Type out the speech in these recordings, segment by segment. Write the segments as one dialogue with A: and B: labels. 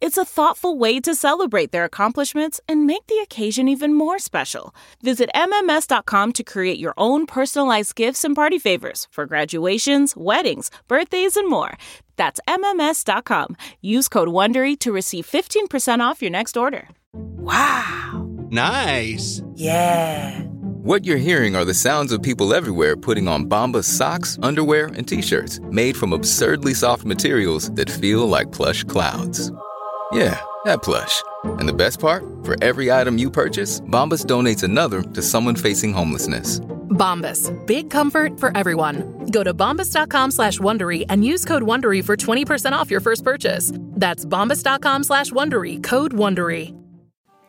A: It's a thoughtful way to celebrate their accomplishments and make the occasion even more special. Visit MMS.com to create your own personalized gifts and party favors for graduations, weddings, birthdays, and more. That's MMS.com. Use code WONDERY to receive 15% off your next order.
B: Wow.
C: Nice.
B: Yeah.
D: What you're hearing are the sounds of people everywhere putting on Bombas socks, underwear, and t-shirts made from absurdly soft materials that feel like plush clouds. Yeah, that plush. And the best part, for every item you purchase, Bombas donates another to someone facing homelessness.
E: Bombas, big comfort for everyone. Go to bombas.com slash Wondery and use code Wondery for 20% off your first purchase. That's bombas.com slash Wondery, code Wondery.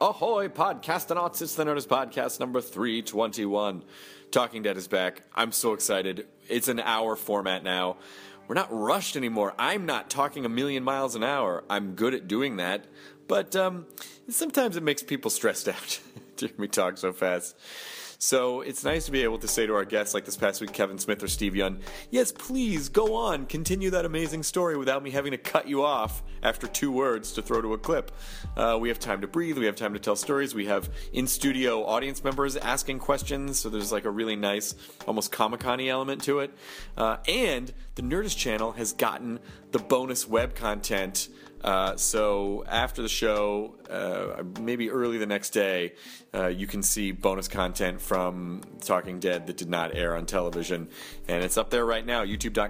F: Ahoy, podcastonauts. It's the Nerdist Podcast number 321. Talking Dead is back. I'm so excited. It's an hour format now. We're not rushed anymore. I'm not talking a million miles an hour. I'm good at doing that, but um, sometimes it makes people stressed out to hear me talk so fast. So it's nice to be able to say to our guests, like this past week, Kevin Smith or Steve Young, yes, please go on, continue that amazing story without me having to cut you off after two words to throw to a clip. Uh, we have time to breathe, we have time to tell stories, we have in studio audience members asking questions, so there's like a really nice, almost Comic Con element to it. Uh, and the Nerdist channel has gotten the bonus web content. Uh, so after the show, uh, maybe early the next day, uh, you can see bonus content from Talking Dead that did not air on television, and it's up there right now.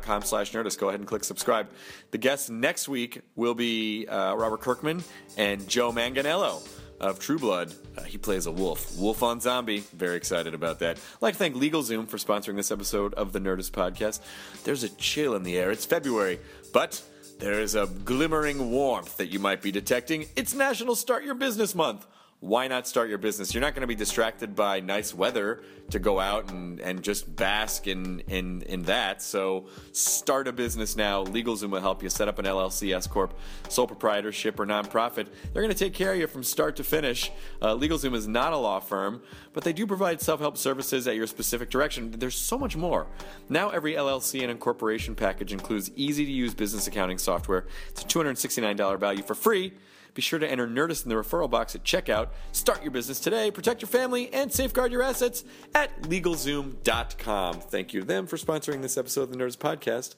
F: YouTube.com/nerdist. Go ahead and click subscribe. The guests next week will be uh, Robert Kirkman and Joe Manganello of True Blood. Uh, he plays a wolf. Wolf on Zombie. Very excited about that. I'd like to thank LegalZoom for sponsoring this episode of the Nerdist Podcast. There's a chill in the air. It's February, but there is a glimmering warmth that you might be detecting. It's National Start Your Business Month. Why not start your business? You're not going to be distracted by nice weather to go out and, and just bask in, in, in that. So start a business now. LegalZoom will help you set up an LLC, S Corp, sole proprietorship, or nonprofit. They're going to take care of you from start to finish. Uh, LegalZoom is not a law firm, but they do provide self help services at your specific direction. There's so much more. Now, every LLC and incorporation package includes easy to use business accounting software. It's a $269 value for free. Be sure to enter Nerdist in the referral box at checkout. Start your business today, protect your family, and safeguard your assets at LegalZoom.com. Thank you to them for sponsoring this episode of the Nerdist Podcast,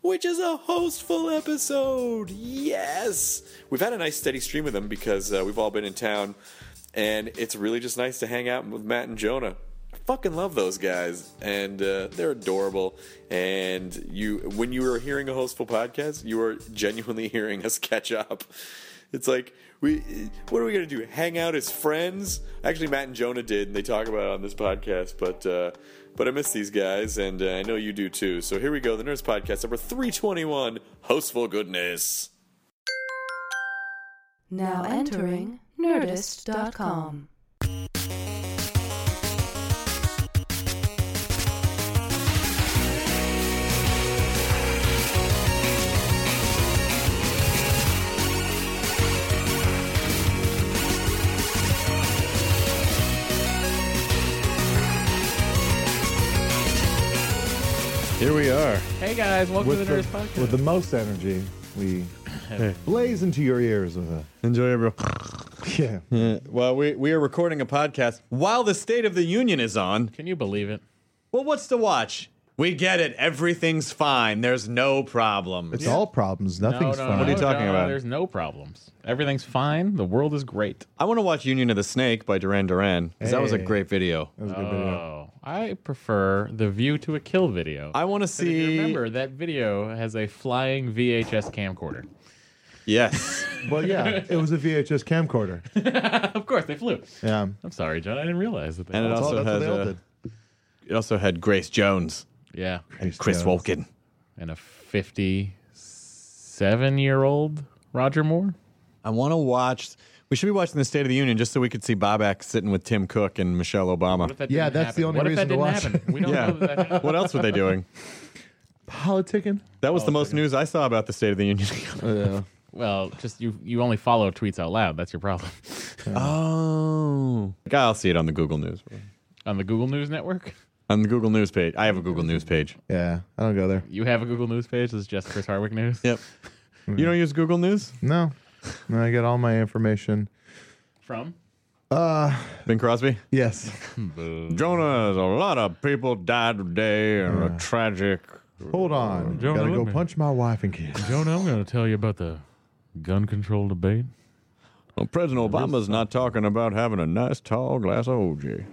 F: which is a hostful episode. Yes! We've had a nice steady stream of them because uh, we've all been in town, and it's really just nice to hang out with Matt and Jonah fucking love those guys, and uh, they're adorable. And you, when you were hearing a hostful podcast, you were genuinely hearing us catch up. It's like we, what are we gonna do? Hang out as friends? Actually, Matt and Jonah did, and they talk about it on this podcast. But uh, but I miss these guys, and uh, I know you do too. So here we go, the Nerds Podcast number three twenty one, hostful goodness.
G: Now entering Nerdist.com.
H: Here we are
I: Hey guys, welcome to
H: with
I: the Nerdist
H: the,
I: Podcast.
H: with the most energy. We blaze into your ears with a
I: Enjoy everyone.
H: yeah.
F: Hmm. Well, we we are recording a podcast while the State of the Union is on.
I: Can you believe it?
F: Well, what's to watch? We get it. Everything's fine. There's no problem.
H: It's all problems. Nothing's fine.
F: What are you talking
I: no,
F: about?
I: There's no problems. Everything's fine. The world is great.
F: I want to watch Union of the Snake by Duran Duran 'cause that was a
H: Hey.
F: great video.
H: That was a good video.
I: Oh, I prefer the View to a Kill video.
F: I want to
I: 'Cause if you
F: see.
I: remember that video has a flying VHS camcorder.
F: Yes.
H: Well, yeah, it was a VHS camcorder.
I: of course, they flew.
H: Yeah,
I: I'm sorry, John. I didn't realize that. They
F: And it
I: flew.
H: That's all-
F: also
H: that's what
F: has
H: they all
F: uh,
H: did.
F: it also had Grace Jones
I: yeah,
H: Chris,
F: Chris Walken.
I: and a 57-year-old Roger Moore.
F: I want to watch. We should be watching the State of the Union just so we could see Bobak sitting with Tim Cook and Michelle
I: What
F: Obama.
I: if that
H: Yeah,
I: didn't
H: that's the
I: happen? what
H: only
I: if that
H: reason to
I: didn't
H: watch
I: happen?
H: it.
I: We don't know that.
F: what else were they doing?
H: Politicking?
F: That
I: Oh,
F: was the most news I saw about the State of the Union.
H: Yeah.
I: Well, just you you only follow tweets out loud. That's your problem.
F: oh. God, I'll see it on the Google News.
I: On the Google News Network,
F: On the Google News page. I have a Google News page.
H: Yeah. I don't go there.
I: you have a Google News page. This is just Chris Hardwick News.
F: Yep. You don't use Google News?
H: No. No, I get all my information. Uh,
I: From
F: Bing Crosby?
H: Yes.
F: Jonah, a lot of people died today in a tragic.
H: Hold on.
I: Jonah,
H: Gotta
I: look
H: go
I: me.
H: punch my wife and kids.
I: Jonah, I'm going to tell you about the gun control debate.
F: Well, President Obama's
I: uh,
F: not talking about having a nice tall glass of OJ.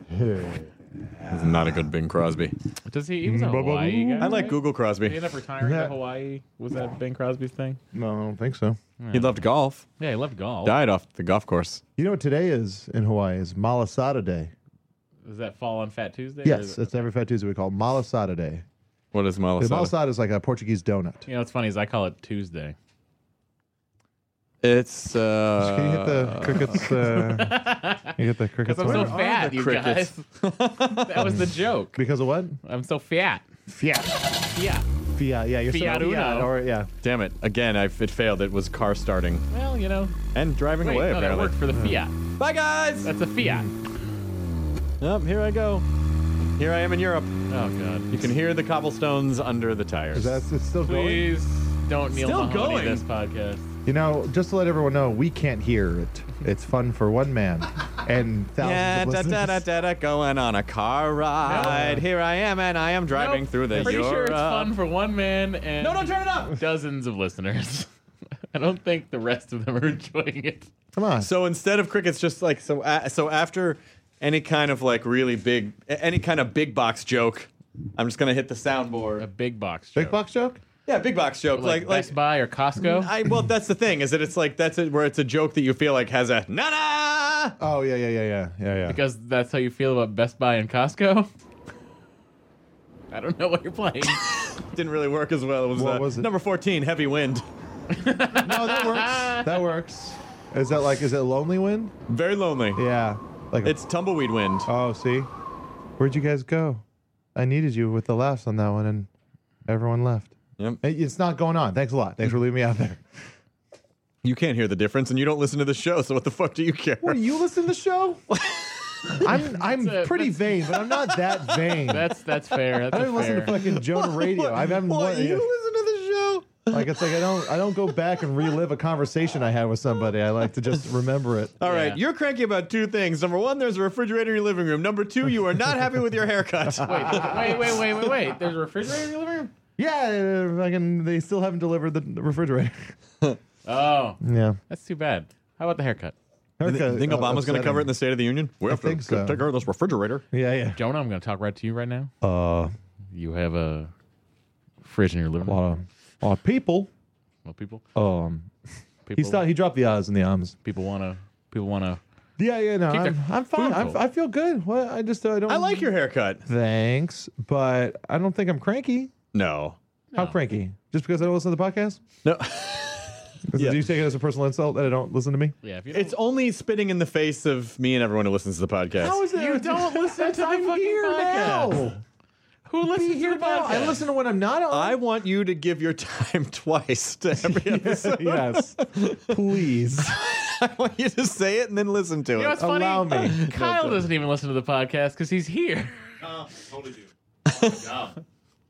F: That's not a good Bing Crosby.
I: Does he? He was a Hawaii guy.
F: I like Google
I: He
F: Crosby.
I: ended up retiring
H: Yeah.
I: to Hawaii. Was that Bing Crosby's thing?
H: No, I don't think so.
F: He loved golf.
I: Yeah, he left golf.
F: Died off the golf course.
H: You know what today is in Hawaii is Malasada Day.
I: Does that fall on Fat Tuesday? or
H: Yes,
I: is it-
H: it's every Fat Tuesday we call Malasada Day.
F: What is
H: The
F: Malasada?
H: Malasada is like a Portuguese donut.
I: You know what's funny is I call it Tuesday.
F: It's uh,
H: Can you hit the crickets? Uh, you hit the crickets?
I: Because I'm
H: over?
I: so fat, you
F: crickets?
I: guys. that was the joke.
H: because of what?
I: I'm so fat.
H: Fiat.
I: Yeah.
H: Fiat. Yeah, you're
I: Fiat
H: so,
I: Uno.
H: Or, yeah.
F: Damn it! Again, I, it failed. It was car starting
I: Well, you know.
F: and driving
I: Wait,
F: away.
I: no, that
F: apparently.
I: worked for the Fiat.
F: Bye, guys.
I: That's a Fiat. Oh
F: Yep, here I go. Here I am in Europe.
I: Oh, God.
F: You can hear the cobblestones under the tires.
H: Is that, it's still going.
I: Please don't Neil
F: Still
I: Mahoney
F: going.
I: this podcast.
H: You know, just to let everyone know, we can't hear it. It's fun for one man and thousands
F: Yeah,
H: of
F: da,
H: listeners.
F: da, da, da, da, going on a car ride. Here I am, and I am driving
I: Nope.
F: through the
I: Pretty
F: Europe.
I: sure it's fun for one man and
F: No, don't turn it up.
I: dozens of listeners. I don't think the rest of them are enjoying it.
H: Come on.
F: So instead of crickets, just like so. a so after any kind of like really big, a- any kind of big box joke, I'm just gonna hit the
I: A
F: soundboard.
I: big box.
H: Big
I: joke.
H: box joke?
F: Yeah, big box joke.
I: Like,
F: Like,
I: Best
F: like,
I: Buy or Costco.
F: I well, that's the thing is that it's like that's it where it's a joke that you feel like has a na na.
H: Oh, yeah, yeah, yeah, yeah, yeah, yeah.
I: because that's how you feel about Best Buy and Costco. I don't know what you're playing.
F: Didn't really work as well. It was,
H: What
F: uh,
H: was it?
F: number fourteen, heavy wind.
H: no, that works. That works. Is that like, is it Lonely Wind?
F: Very lonely.
H: Yeah. Like a-
F: It's tumbleweed wind.
H: Oh, see? Where'd you guys go? I needed you with the laughs on that one, and everyone left.
F: Yep.
H: It- It's not going on. Thanks a lot. Thanks for leaving me out there.
F: You can't hear the difference, and you don't listen to the show. So what the fuck do you care?
H: What, you listen to the show? I'm I'm
I: That's a-
H: pretty vain, but I'm not that vain.
I: that's that's fair. That's
H: I
I: a
H: don't even listen
I: fair.
H: to fucking Jonah Radio. I haven't
F: What,
H: what-
F: you listen to the show?
H: like it's like I don't I don't go back and relive a conversation I had with somebody. I like to just remember it.
F: All right,
I: Yeah.
F: you're cranky about two things. Number one, there's a refrigerator in your living room. Number two, you are not happy with your haircut.
I: wait, wait, wait, wait, wait, wait. There's a refrigerator in your living room.
H: Yeah, uh, fucking they still haven't delivered the refrigerator.
I: Oh,
H: Yeah.
I: that's too bad. How about the haircut?
F: You thi- think
H: Uh,
F: Obama's going to cover it in
H: upsetting.
F: the State of the Union? We have to
H: think so.
F: take care of this refrigerator.
H: Yeah, yeah.
I: Jonah, I'm going to talk right to you right now.
H: Uh,
I: You have a fridge in your living
H: a
I: room.
H: lot of a lot of uh, people.
I: Well, people,
H: Um,
I: people,
H: He stopped. He dropped the odds in the arms.
I: people want to, people want to.
H: Yeah, yeah, no,
I: Keep
H: I'm,
I: the
H: I'm fine.
I: food
H: I'm,
I: full.
H: I feel good. What I just I don't.
F: I like your haircut.
H: Thanks, but I don't think I'm cranky.
F: No.
H: How cranky? Just because I don't listen to the podcast?
F: No.
H: Is-
F: Yeah.
H: Do you take it as a personal insult that I don't listen to me?
I: Yeah, if you don't,
F: It's only spitting in the face of me and everyone who listens to the podcast.
I: you don't listen to the fucking podcast. Who listens to the podcast?
H: I listen to when I'm not
F: I
H: on.
F: want you to give your time twice to every episode.
H: yes, please
F: I want you to say it and then listen to
I: You know
F: it.
I: what's funny?
H: allow me.
I: Kyle doesn't even listen to the podcast because he's here. well,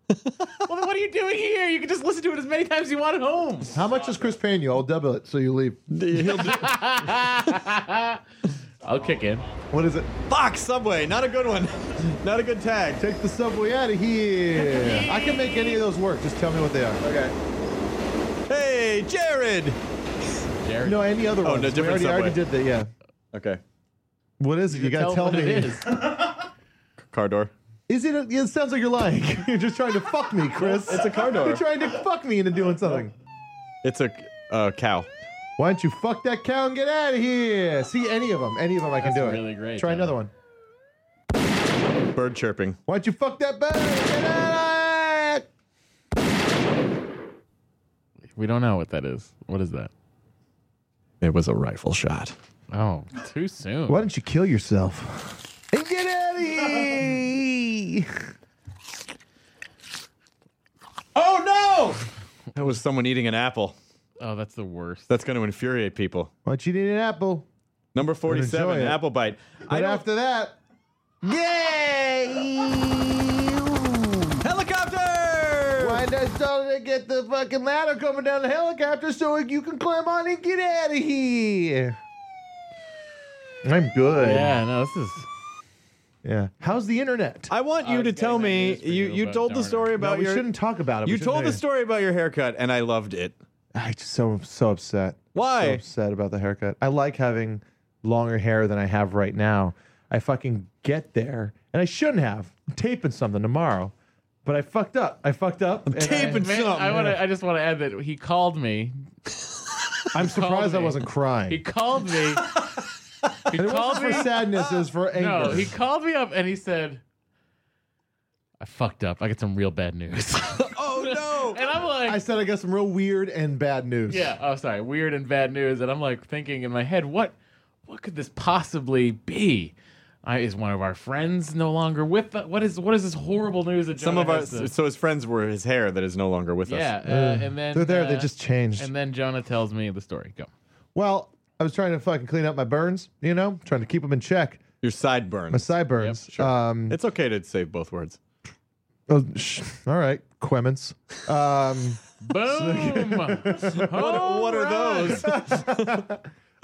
I: then what are you doing here? You can just listen to it as many times as you want at home.
H: How much is Chris paying you? I'll double it so you leave.
F: He'll do-
I: I'll kick in.
H: What is it?
F: Fuck, Subway. Not a good one. Not a good tag.
H: Take the subway out of here. I can make any of those work. Just tell me what they are. Okay.
F: Hey, Jared.
I: Jared,
H: No, any other
F: Oh,
H: ones.
F: no,
H: we
F: different
H: already, I already
F: Subway.
H: did that. Yeah.
F: Okay.
H: What is it? You, gotta tell,
I: what
H: me.
I: it is.
F: Car door.
H: Is it? A, it sounds like you're lying. you're just trying to fuck me, Chris.
F: It's a car door.
H: You're trying to fuck me into doing something.
F: It's a uh, cow.
H: Why don't you fuck that cow and get out of here? See any of them? Any of them? I can
I: That's
H: do it.
I: really great,
H: Try
I: Tyler.
H: another one.
F: Bird chirping.
H: Why don't you fuck that bird? Get out of here!
I: We don't know what that is. What is that?
F: It was a rifle shot.
I: Oh, too soon.
H: Why don't you kill yourself? And get out of here!
F: Oh no! That was someone eating an apple.
I: Oh, that's the worst.
F: That's going to infuriate people.
H: Once you need an apple,
F: Number
H: Enjoy
F: forty-seven,
H: it.
F: apple bite.
H: but
F: don't-
H: after that,
F: helicopter.
H: why does Donald get the fucking ladder coming down the helicopter so you can climb on and get out of here? I'm good.
I: Yeah, no, this is.
H: Yeah. How's the internet?
F: I want
I: I
F: you
I: was
F: to
I: getting
F: tell
I: that
F: me
I: news for
F: you
I: you,
F: you
I: but
F: told the
I: darn it.
F: story
H: no,
F: about
H: we
F: your
H: shouldn't talk about it.
F: you
H: We shouldn't
F: told
H: know
F: the story about your haircut and I loved it.
H: I'm just so so upset. So
F: Why?
H: upset about the haircut. I like having longer hair than I have right now. I fucking get there, and I shouldn't have. I'm taping something tomorrow, but I fucked up. I fucked up. and
F: Taping
I: Man, I
F: something.
I: want to. I just want to add that he called me.
H: I, am surprised I
I: me.
H: wasn't crying.
I: He called me. He
H: And it
I: called
H: wasn't
I: me.
H: for sadness. It was for anger.
I: No, he called me up and he said, "I fucked up. I got some real bad news."
F: Oh no!
I: and I'm like,
H: I said I got some real weird and bad news.
I: Yeah. Oh, sorry. Weird and bad news. And I'm like thinking in my head, what, what could this possibly be? I, is one of our friends no longer with? us? What is what is this horrible news that
F: Some
I: Jonah
F: of our
I: has to-
F: so his friends were his hair that is no longer with
I: yeah.
F: us.
I: Uh, and then
H: They're there. they
I: uh,
H: just changed.
I: And then Jonah tells me the story. Go.
H: well, I was trying to fucking clean up my burns. You know, trying to keep them in check.
F: Your side
H: My
F: burns.
H: sideburns.
F: Yep, sure.
H: Um,
F: It's okay to save both words.
H: oh, sh- all right, Quemens. Um.
I: Boom. what,
F: what are those?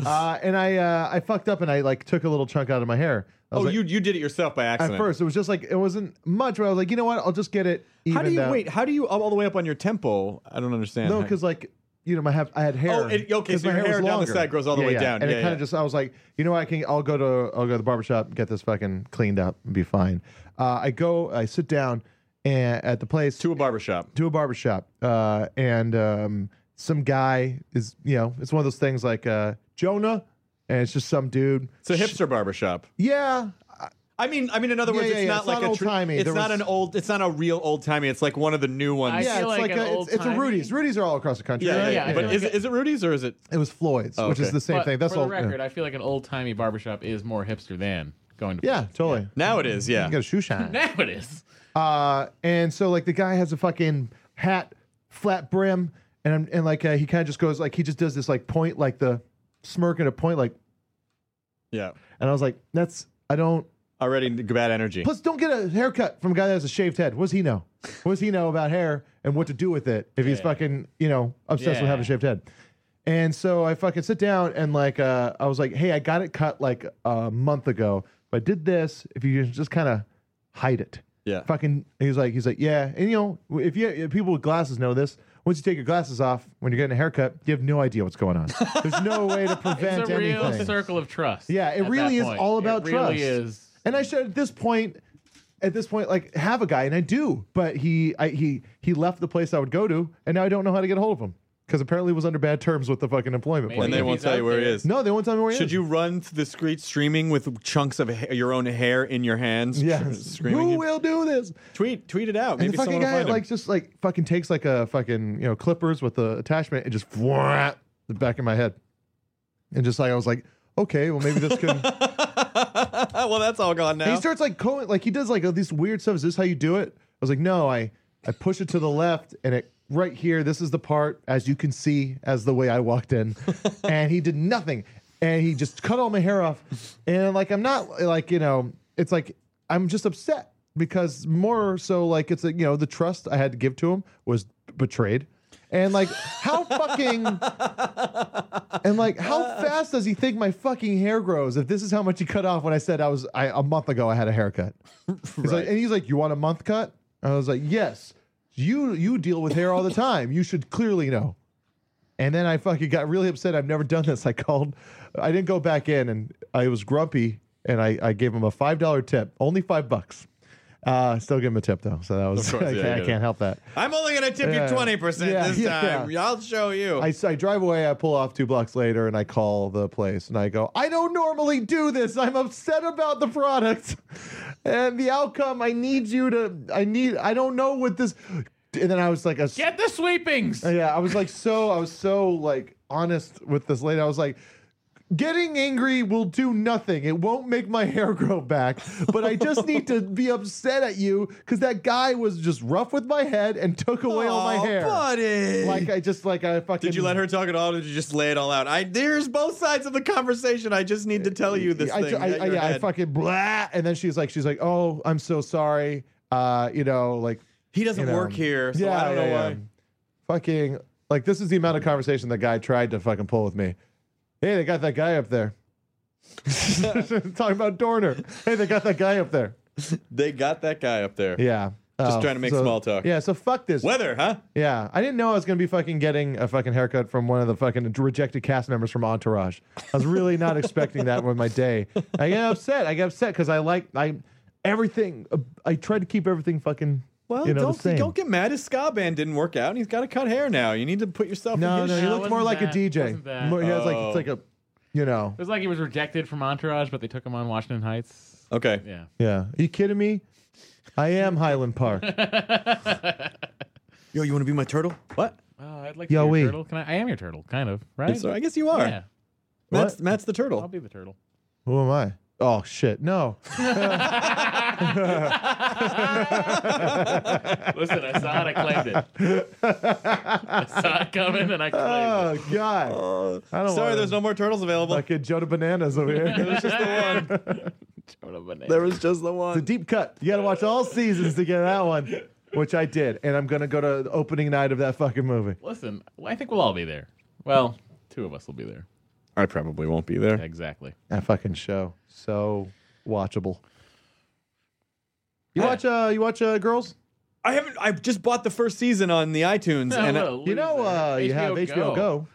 H: uh, and I uh, I fucked up and I like took a little chunk out of my hair. I
F: Oh,
H: was like,
F: you you did it yourself by
H: at
F: accident.
H: first it was just like it wasn't much, but I was like, you know what? I'll just get it.
F: How do
H: evened
F: you
H: out.
F: wait? How do you all the way up on your temple? I don't understand.
H: No, because like you know, my have I had hair.
F: Oh, it- okay,
H: 'cause
F: so
H: my
F: your hair down
H: was
F: the
H: longer.
F: side grows all the
H: Yeah,
F: way
H: yeah.
F: down.
H: and it
F: Yeah,
H: kind
F: yeah.
H: of just I was like, you know, what, I can I'll go to I'll go to the barbershop, get this fucking cleaned up, and be fine. Uh, I go, I sit down and at the place
F: to a barbershop.
H: to a barbershop uh, and um, some guy is you know it's one of those things like uh, Jonah and it's just some dude
F: It's a hipster barbershop.
H: yeah
F: I mean, I mean, in other
H: Yeah,
F: words,
H: yeah,
F: it's
H: yeah,
F: not
H: it's
F: like
H: not
F: a tr-
H: old-timey.
F: It's
H: There
F: not
H: was-
F: an old. It's not a real old timey. It's like one of the new
I: I
F: ones.
I: feel
H: yeah, it's
I: like
H: like,
I: an
H: a, it's, it's a
I: old-timey-
H: Rudy's. Rudy's are all across the country.
F: Yeah, yeah,
I: Yeah,
F: yeah.
I: yeah,
F: But
I: yeah.
F: is, it, is it Rudy's or is it?
H: It was Floyd's,
F: Oh,
H: which
F: okay.
H: is the same
I: But
H: thing. That's
I: for
H: all.
I: the record, I feel like an old timey barbershop is more hipster than going to.
H: yeah. yeah, totally.
F: Now it is. Yeah.
H: You got a shoe shine.
I: Now it is.
H: uh, and so like the guy has a fucking hat, flat brim, and I'm, and like uh, he kind of just goes like he just does this like point like the smirk and a point like,
F: Yeah.
H: and I was like, that's I don't.
F: Already bad energy.
H: Plus, don't get a haircut from a guy that has a shaved head. What does he know? What does he know about hair and what to do with it if he's fucking, you know, obsessed with having a
I: Yeah.
H: shaved head? And so I fucking sit down and like, uh, I was like, hey, I got it cut like a month ago, but I did this. If you just kind of hide it.
F: Yeah.
H: Fucking, he's like, he's like, yeah. And you know, if you if people with glasses know this, once you take your glasses off when you're getting a haircut, you have no idea what's going on. There's no way to prevent
I: It's a real
H: anything.
I: circle of trust.
H: Yeah, it
I: at that
H: really is
I: point.
H: all about
I: it really
H: trust.
I: Is.
H: And I should at this point, at this point, like have a guy, and I do, but he, I, he, he left the place I would go to, and now I don't know how to get a hold of him because apparently he was under bad terms with the fucking employment
I: Maybe
H: place.
F: and they
I: if
F: won't
I: he's
F: tell
I: out
F: you where it
I: there-
F: is.
H: no, they won't tell me where he
F: Should
H: is.
F: you run through the street streaming with chunks of ha- your own hair in your hands?
H: Yes.
F: Screaming.
H: Who
F: it?
H: will do this?
F: Tweet. Tweet it out.
H: And
F: Maybe
H: the fucking
F: someone will
H: guy
F: find
H: like
F: him.
H: just like fucking takes like a fucking you know clippers with the attachment and just the back of my head, and just like I was like, okay, well maybe this could.
F: well, that's all gone
H: And
F: now.
H: he starts like going, like he does like all these weird stuff. Is this how you do it? I was like, no, I I push it to the left and it right here. This is the part as you can see as the way I walked in, and he did nothing, and he just cut all my hair off, and like I'm not like you know, it's like I'm just upset because more so like it's like you know the trust I had to give to him was betrayed. And like, how fucking, and like, how
F: Uh,
H: fast does he think my fucking hair grows? If this is how much he cut off when I said I was I, a month ago, I had a haircut. He's like, and he's like, "You want a month cut?" And I was like, "Yes." You you deal with hair all the time. You should clearly know. And then I fucking got really upset. I've never done this. I called. I didn't go back in, and I was grumpy. And I, I gave him a five dollar tip, only five bucks. Uh, still give him a tip though. So that was
F: Of course,
H: I,
F: yeah,
H: can't,
F: you
H: I
F: did.
H: can't help that.
F: I'm only gonna tip
H: Yeah.
F: you twenty percent
H: Yeah,
F: this
H: yeah.
F: time. I'll show you.
H: I, I drive away, I pull off two blocks later, and I call the place and I go, I don't normally do this. I'm upset about the product and the outcome. I need you to, I need, I don't know what this. And then I was like, a,
I: Get the sweepings.
H: yeah, I was like, so, I was so like honest with this lady. I was like, Getting angry will do nothing. It won't make my hair grow back. But I just need to be upset at you because that guy was just rough with my head and took away all my
F: Aw,
H: hair.
F: buddy.
H: Like I just like I fucking.
F: Did you let her talk at all? Or did you just lay it all out? I there's both sides of the conversation. I just need to tell you this
H: I,
F: thing.
H: I,
F: at
H: I,
F: your
H: yeah, I
F: head.
H: fucking blah, and then she's like, she's like, oh, I'm so sorry. Uh, you know, like
F: he doesn't
H: you know.
F: work here, so I don't know why.
H: Fucking like this is the amount of conversation the guy tried to fucking pull with me. Hey, they got that guy up there. Talking about Dorner. Hey, they got that guy up there.
F: They got that guy up there.
H: Yeah. Oh,
F: Just trying to make
H: so-
F: small talk.
H: Yeah, so fuck this.
F: Weather, huh?
H: Yeah, I didn't know I was gonna be fucking getting a fucking haircut from one of the fucking rejected cast members from Entourage. I was really not expecting that with my day. I get upset. I get upset because I like I everything. uh, I tried to keep everything fucking.
F: Well,
H: you know,
F: don't
H: the same.
F: don't get mad. His ska band didn't work out, and he's got to cut hair now. You need to put yourself.
H: No,
F: in
H: no,
F: his
H: he
I: No, it
H: looked more
I: wasn't
H: like a
I: that. Wasn't
H: DJ.
I: that.
H: More, he has like
F: Oh.
H: it's like a, you know,
I: It was like he was rejected from Entourage, but they took him on Washington Heights.
F: Okay.
I: Yeah.
H: yeah. Are you kidding me? I am Highland Park.
F: Yo, you want to be my turtle? What?
I: Oh, I'd like
H: Yo,
I: to be
H: wait.
I: your turtle. Can I? I am your turtle, kind of, right?
F: So I guess you are.
I: Yeah,
F: Matt's, Matt's the
I: I'll
F: turtle.
I: be the turtle.
H: Who am I? Oh shit, no.
I: Listen, I saw it. I claimed it. I saw it coming, and I claimed
H: Oh god. I
F: Uh,
H: don't.
F: Sorry,
H: wanna-
F: there's no more turtles available.
H: fucking Jonah Bananas over here.
I: it. Turtle banana.
F: There was just the one.
H: It's a deep cut. You got to watch all seasons to get that one, which I did. And I'm going to go to the opening night of that fucking movie.
I: Listen, I think we'll all be there. Well, two of us will be there.
F: I probably won't be there.
I: Exactly.
H: That fucking show. So watchable. You
I: Yeah.
H: watch uh you watch uh girls?
F: I haven't. I just bought the first season on the iTunes, and I,
I: Oh,
H: You know uh you have HBO Go.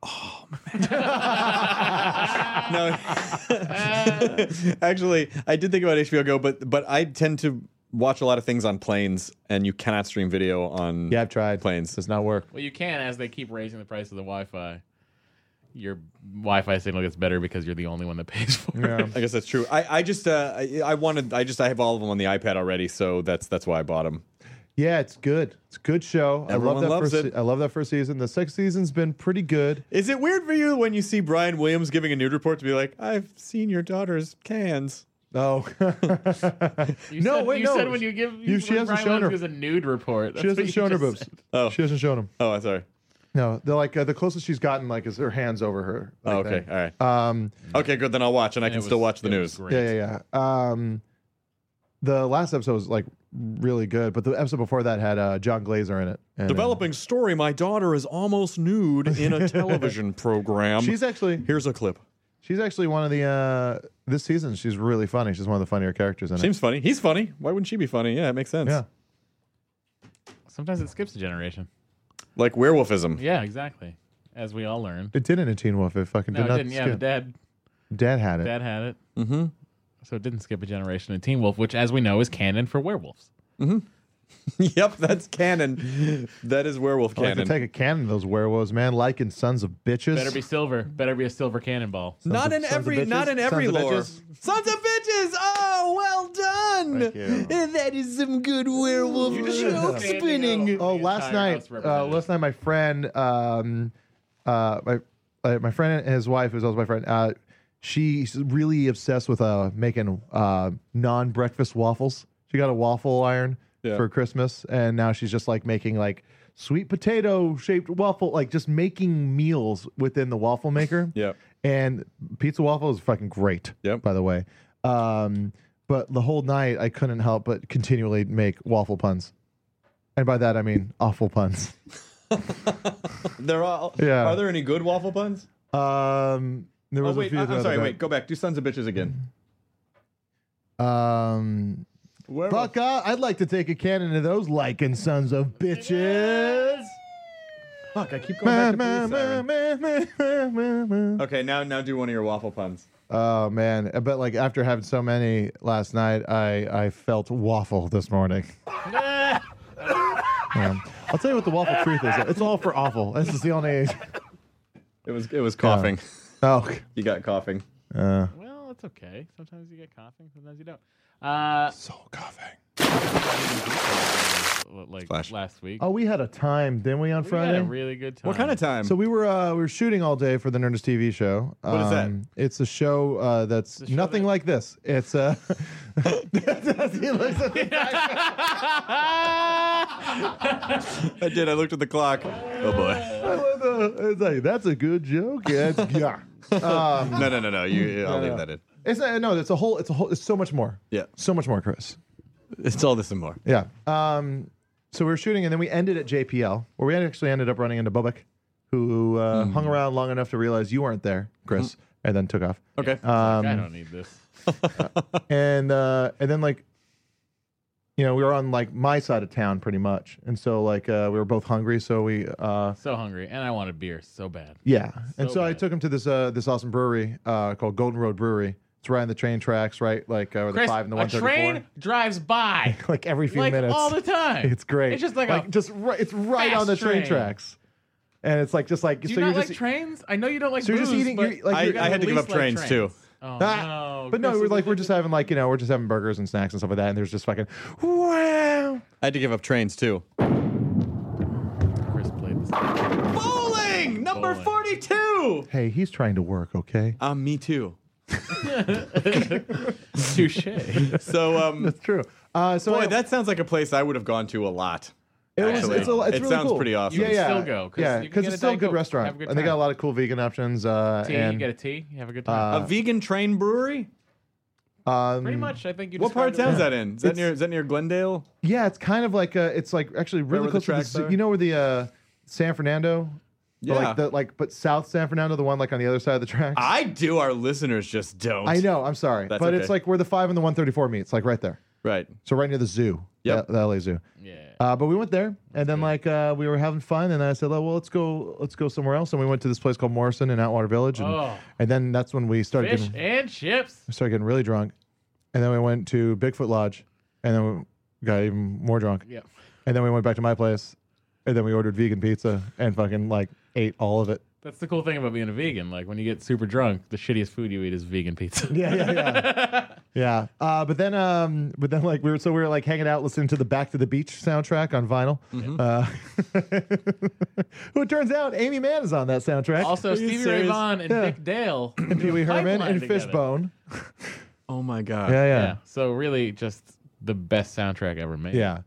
F: no. Actually, I did think about HBO Go, but but I tend to watch a lot of things on planes, and you cannot stream video on
H: Yeah, I've tried.
F: planes.
H: Does not work.
I: Well, you can as they keep raising the price of the Wi-Fi. Your Wi-Fi signal gets better because you're the only one that pays for it.
F: I guess that's true. I, I just uh, I, I wanted I just I have all of them on the iPad already, so that's that's why I bought them.
H: Yeah, it's good. It's a good show.
F: Everyone
H: I love that
F: loves
H: first
F: it.
H: I love that first season. The second season's been pretty good.
F: Is it weird for you when you see Brian Williams giving a nude report to be like, "I've seen your daughter's cans"?
H: Oh.
I: You
H: No,
I: said,
H: wait,
I: you
H: no.
I: said when you give
H: You- she
I: when Brian
H: hasn't shown her-
I: Williams gives a nude report.
H: she
I: that's what
H: hasn't
I: you
H: shown her
I: just
H: boobs.
I: said.
F: Oh.
H: She hasn't shown them.
F: Oh, I'm sorry.
H: No, they're like uh, the closest she's gotten like is her hands over her. like
F: Oh,
H: that.
F: okay, all right.
H: Um,
F: okay, good. Then I'll watch, and I
I: And
F: can
I: it
F: still
I: was-
F: watch the
I: it was
F: news.
I: great.
H: yeah, yeah, yeah. Um, the last episode was like really good, but the episode before that had uh, John Glazer in it. And, uh,
F: Developing story: My daughter is almost nude in a television program.
H: she's actually
F: Here's a clip.
H: she's actually one of the uh, this season. She's really funny. She's one of the funnier characters in it.
F: Seems funny. He's funny. Why wouldn't she be funny? Yeah, it makes sense.
H: Yeah.
I: Sometimes it skips a generation.
F: Like werewolfism.
I: Yeah, exactly. As we all learned.
H: It didn't in Teen Wolf. It fucking
I: No,
H: did
I: it
H: not.
I: didn't. Yeah, the
H: skip.
I: dad
H: Dad had it.
I: dad had it. Mm-hmm. So it didn't skip a generation in Teen Wolf, which, as we know, is canon for werewolves.
F: yep, that's canon. That is werewolf
H: I like to
F: canon.
H: take a cannon to those werewolves, man. Like in Sons of Bitches.
I: Better be silver. Better be a silver cannonball.
F: not
H: of-
F: in
H: sons of
F: every,
H: bitches?
F: not in every
H: Sons of
F: lore.
H: bitches?
F: Sons of bitches! Oh, well done.
H: Thank you.
F: Eh, That is some good werewolf joke
I: Standing
F: spinning.
I: out.
H: Oh,
I: the
H: last
I: entire
H: night,
I: House
H: uh,
I: represented.
H: last night, my friend, um, uh, my uh, my friend and his wife, who's also my friend, uh, she's really obsessed with uh, making uh, non-breakfast waffles. She got a waffle iron
F: Yeah.
H: for Christmas, and now she's just like making like sweet potato shaped waffle, like just making meals within the waffle maker.
F: Yeah.
H: And pizza waffle is fucking great.
F: Yep.
H: By the way, um, but the whole night I couldn't help but continually make waffle puns. And by that I mean awful puns.
F: They're all.
H: Yeah.
F: Are there any good waffle puns?
H: Um, there
F: Oh
H: was a
F: wait,
H: few
F: I- I'm
H: the other
F: sorry.
H: day.
F: Wait, go back. Do sons of bitches again.
H: Um,
F: Werewolf.
H: fuck up! I'd like to take a cannon to those lycan sons of bitches.
F: Fuck, I keep
H: Ma,
F: going
H: ma,
F: back to police
H: ma,
F: siren.
H: ma, ma, ma, ma, ma.
F: Okay, now now do one of your waffle puns.
H: Oh man! But like after having so many last night, I I felt waffle this morning. Yeah. I'll tell you what the waffle truth is. It's all for awful. This is the only.
F: It was it was coughing.
H: Oh,
F: You got coughing.
H: uh,
I: Well, it's okay. Sometimes you get coughing. Sometimes you don't. Uh,
H: soul coughing.
I: like
F: Splash.
I: last week.
H: Oh, we had a time, didn't we, on
I: we
H: Friday?
I: had a really good time.
F: What kind of time?
H: so we were uh, we were shooting all day for the Nerdist TV show. Um,
F: What is that?
H: It's a show uh, that's
I: show
H: nothing
I: that-
H: like this. It's uh, he looks at the-
F: I did. I looked at the clock. Oh boy.
H: it's like that's a good joke. Yeah, it's, yeah. Um,
F: No, no, no, no. You, I'll leave that in.
H: It's not, no, it's a whole. It's a whole. It's so much more.
F: Yeah.
H: so much more, Chris.
F: It's all this and more.
H: Yeah. Um, so we were shooting, and then we ended at JPL, where we actually ended up running into Bubak, who uh,
F: Hmm.
H: hung around long enough to realize you weren't there, Chris, and then took off.
F: Mm-hmm.
H: Um,
F: Okay.
I: Like, I don't need this.
H: And uh, and then like, you know, we were on like my side of town pretty much, and so like uh, we were both hungry, so we uh,
I: So hungry, and I want a beer so bad.
H: yeah, and
I: So
H: so I
I: bad.
H: took him to this uh, this awesome brewery uh, called Golden Road Brewery. It's right on the train tracks, right? Like uh, where the
I: Chris,
H: five and the
I: a
H: one thirty
I: train
H: four.
I: drives by
H: Like every few
I: like
H: minutes,
I: all the time.
H: It's great.
I: It's just like, a,
H: just right. It's right
I: fast
H: on the train,
I: train.
H: tracks, and it's like just like
I: Do you
H: so
I: not
H: you're
I: like
H: just
I: trains? I know you don't like.
H: so you're just
I: booze,
H: eating.
I: but
H: You're, like
F: I-
H: you're,
F: I had to
I: at
F: give
I: least
F: up trains, too.
I: Oh
H: Ah,
I: no!
H: but no,
I: Chris
H: we're
I: is
H: like we're
I: addicted.
H: just having like you know we're just having burgers and snacks and stuff like that, and there's just fucking wow.
F: I had to give up trains too.
I: Chris played this.
F: Bowling number
I: Bowling.
F: forty-two.
H: Hey, he's trying to work, okay?
F: Um, me too.
I: Touche.
F: So, um,
H: That's true. Uh, so
F: boy,
H: I-
F: that sounds like a place I would have gone to a lot.
H: it was-
F: actually,
H: it's a- it's
F: it
H: really
F: sounds
H: cool.
F: pretty awesome.
H: Yeah, yeah,
I: still go, 'cause
H: yeah,
I: you can
H: because
I: get
H: it's
I: a
H: still a
I: Diet
H: good
I: Coke,
H: restaurant,
I: have a good
H: and they got a
I: time.
H: lot of cool vegan options. Uh,
I: tea, you
H: and
I: get a tea. You have a good
H: Uh,
I: time.
F: a vegan train brewery.
H: um,
I: Pretty much, I think you.
F: What part of town
I: described
F: is that
I: it.
F: in? Is that
H: It's-
F: near? Is that near Glendale?
H: yeah, it's kind of like a, it's like actually
F: where
H: really
F: the
H: close to the
F: tracks
H: zoo.
F: are?
H: You know where the uh, San Fernando, But,
F: Yeah.
H: like the like but South San Fernando, the one like on the other side of the tracks.
F: I do. Our listeners just don't.
H: I know. I'm sorry,
F: That's
H: but
F: okay.
H: it's like where the five and the one thirty four meets, like right there.
F: Right.
H: So right near the zoo,
F: Yep.
H: the, the LA Zoo.
I: Yeah.
H: Uh, but we went there, and then like uh, we were having fun, and I said, "Oh, well, let's go, let's go somewhere else." And we went to this place called Morrison in Atwater Village, and,
I: Oh.
H: and then that's when we started
I: Fish
H: getting,
I: and chips.
H: we started getting really drunk, and then we went to Bigfoot Lodge, and then we got even more drunk,
I: Yep.
H: and then we went back to my place, and then we ordered vegan pizza and fucking like ate all of it.
I: That's the cool thing about being a vegan. Like when you get super drunk, the shittiest food you eat is vegan pizza.
H: Yeah, yeah, yeah. yeah. Uh, but then, um, but then, like we were so we were like hanging out, listening to the Back to the Beach soundtrack on vinyl. Uh, who it turns out Amy Mann is on that soundtrack.
F: Are
I: Also,
F: you
I: Stevie Ray
F: serious?
I: Vaughan and
H: Yeah.
I: Dick Dale
H: and Pee Wee Herman
I: Pipeline
H: and
I: together.
H: Fishbone.
F: Oh my god.
H: Yeah, yeah,
I: Yeah.
H: Uh, yeah.
I: So really, just the best soundtrack ever made.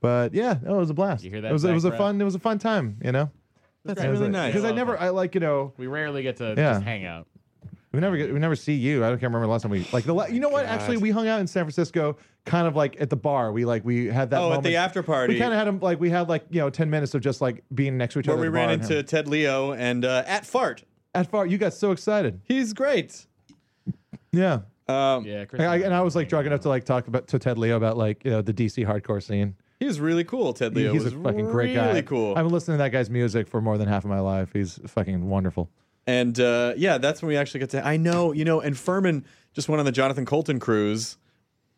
H: But yeah, no, it was a blast.
I: You hear that
H: It was, it
I: back
H: was a
I: breath?
H: fun. It was a fun time. You know,
F: That's
I: Right.
F: really nice.
H: because I never, I like you know,
I: We rarely get to
H: Yeah.
I: just hang out.
H: we never get, we never see you. I don't can't remember the last time we like the. La- you know what? Actually, we hung out in San Francisco, kind of like at the bar. We like we had that.
F: Oh, at the
H: moment-
F: after party.
H: We kind of had him like we had like you know ten minutes of just like being next to each
F: where
H: other.
F: we
H: at the bar
F: ran
H: and
F: into
H: him.
F: Ted Leo and uh, at Fart.
H: at far. You got so excited.
F: He's great.
H: Yeah.
F: Um,
I: Yeah, Chris
H: And I, and I was like drunk enough to like talk about to Ted Leo about like you know the DC hardcore scene.
F: He was really cool. Ted
H: He-
F: Leo
H: He's
F: was
H: a fucking great guy.
F: Really cool.
H: I've been listening to that guy's music for more than half of my life. He's fucking wonderful.
F: And uh, yeah, that's when we actually got to. I know, you know, and Furman just went on the Jonathan Colton cruise,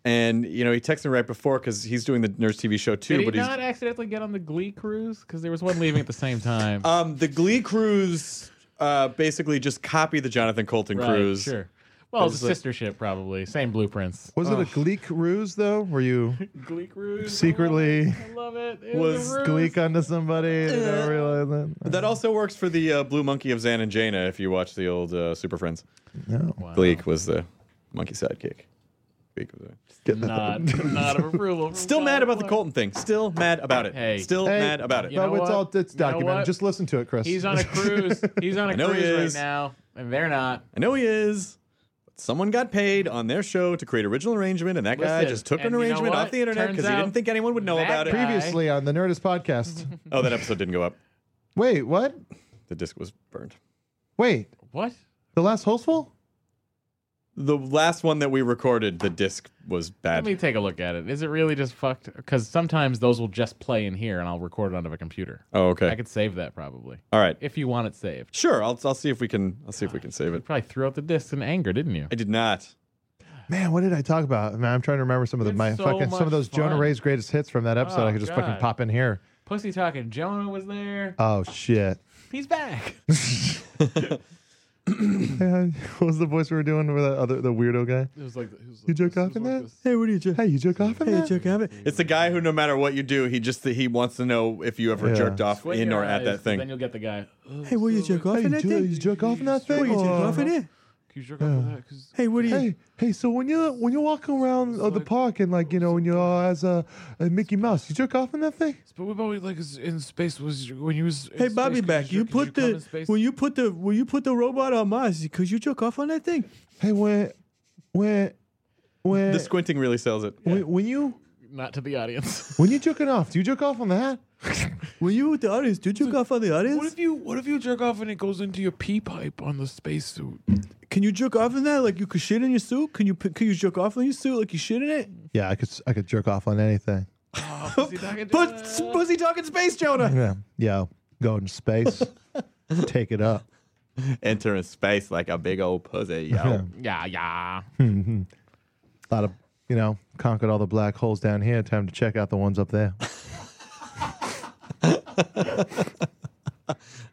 F: and you know he texted me right before because he's doing the Nerds TV show too.
I: Did he
F: but
I: not
F: he's
I: accidentally get on the Glee cruise? Because there was one leaving at the same time.
F: um, the Glee cruise uh, basically just copy the Jonathan Colton
I: Right,
F: cruise.
I: Sure. Well, it's a
F: like-
I: sister ship probably. Same blueprints.
H: Was
F: Oh.
H: it a Gleek ruse though? Were you
I: Glee cruise.
H: secretly
I: I love it. It
F: was Uh,
I: was a ruse.
H: Gleek onto somebody? and didn't realize it?
F: That also works for the uh, Blue Monkey of Xan and Jaina if you watch the old uh, Super Friends.
H: No.
I: Wow.
F: Gleek was the monkey sidekick. Gleek was the-
I: Not, not a approval.
F: Still mad about the Colton thing. Still mad about it.
I: Hey.
F: Still
H: Hey.
F: mad about it.
I: You know
H: but it's
I: what?
H: all it's
I: You know
H: documented.
I: what?
H: Just listen to it, Chris.
I: He's on a cruise. He's on
F: I
I: a
F: know he
I: cruise
F: is.
I: right now, and they're not.
F: I know he is. But someone got paid on their show to create original arrangement, and that guy
I: Listen,
F: just took an
I: and you know
F: arrangement
I: what?
F: off the internet
I: Turns
F: because he didn't
I: out
F: think anyone would know
I: that
F: about
I: guy-
F: it.
H: previously on the Nerdist podcast.
F: Oh, that episode didn't go up.
H: Wait, what?
F: The disc was burned.
H: Wait,
I: What?
H: the last hostful?
F: The last one that we recorded, the disc was
I: Let
F: bad.
I: me take a look at it. Is it really just fucked? Because sometimes those will just play in here, and I'll record it onto a computer.
F: oh,
I: I
F: okay.
I: could save that probably
F: All right.
I: if you want it saved.
F: Sure. I'll, I'll see if we can. I'll see if we can save
I: You
F: it.
I: probably threw out the disc in anger, didn't you?
F: I did not.
H: Man, what did I talk about? Man, I'm trying to remember some of the
I: It's
H: my
I: so
H: fucking some
I: much
H: of those Jonah
I: fun.
H: Ray's greatest hits from that episode.
I: Oh,
H: I could just fucking
I: God.
H: pop in here.
I: Pussy talking Jonah was there.
H: Oh shit.
I: He's back.
H: what was the voice we were doing with that other the weirdo guy?
I: It was like it
H: You jerk off in that?
F: Hey, what do you
H: Hey, you jerk off in that?
F: It's the guy who, no matter what you do, he just he wants to know if you ever
H: Yeah.
F: jerked off in or at that
I: Then
F: thing.
I: you'll get the guy. "Oh,
F: Hey, will you jerk off
H: Hey,
F: in
H: you
F: that
H: jerk, you
F: thing?
H: jerk off in that
F: Will
H: thing?
F: you jerk
H: Or-
F: off in it?
I: can you jerk off in that? 'Cause
F: Hey, what do you?
H: Hey, hey! So when you when you're walking around uh, the park and like you know when you're uh, as a, a Mickey Mouse, you jerk off in that thing?
I: But what about like is- in space? Was your- when you was in
F: Hey
I: space,
F: Bobby
I: could
F: back, you
I: jerk-
F: put
I: could come in
F: the
I: space?
F: when you put the when you put the robot on Mars, could you jerk off on that thing?
H: Hey, when when when
F: The squinting really sells it.
H: when, when you
I: not to the audience.
H: when you jerking off, do you jerk off on that?
F: Were you with the audience? Did you jerk off on the
I: what
F: audience?
I: if you what if you jerk off and it goes into your pee pipe on the spacesuit?
F: Can you jerk off in that? Like you could shit in your suit? Can you p- can you jerk off in your suit like you shit in it?
H: Yeah, I could s- I could jerk off on anything.
F: But s- pussy talking space, Jonah.
H: Yeah, yeah. Go in space, take it up.
F: Enter in space like a big old pussy,
H: Yeah.
F: yo.
I: Yeah, yeah.
H: A lot of you know conquered all the black holes down here. Time to check out the ones up there.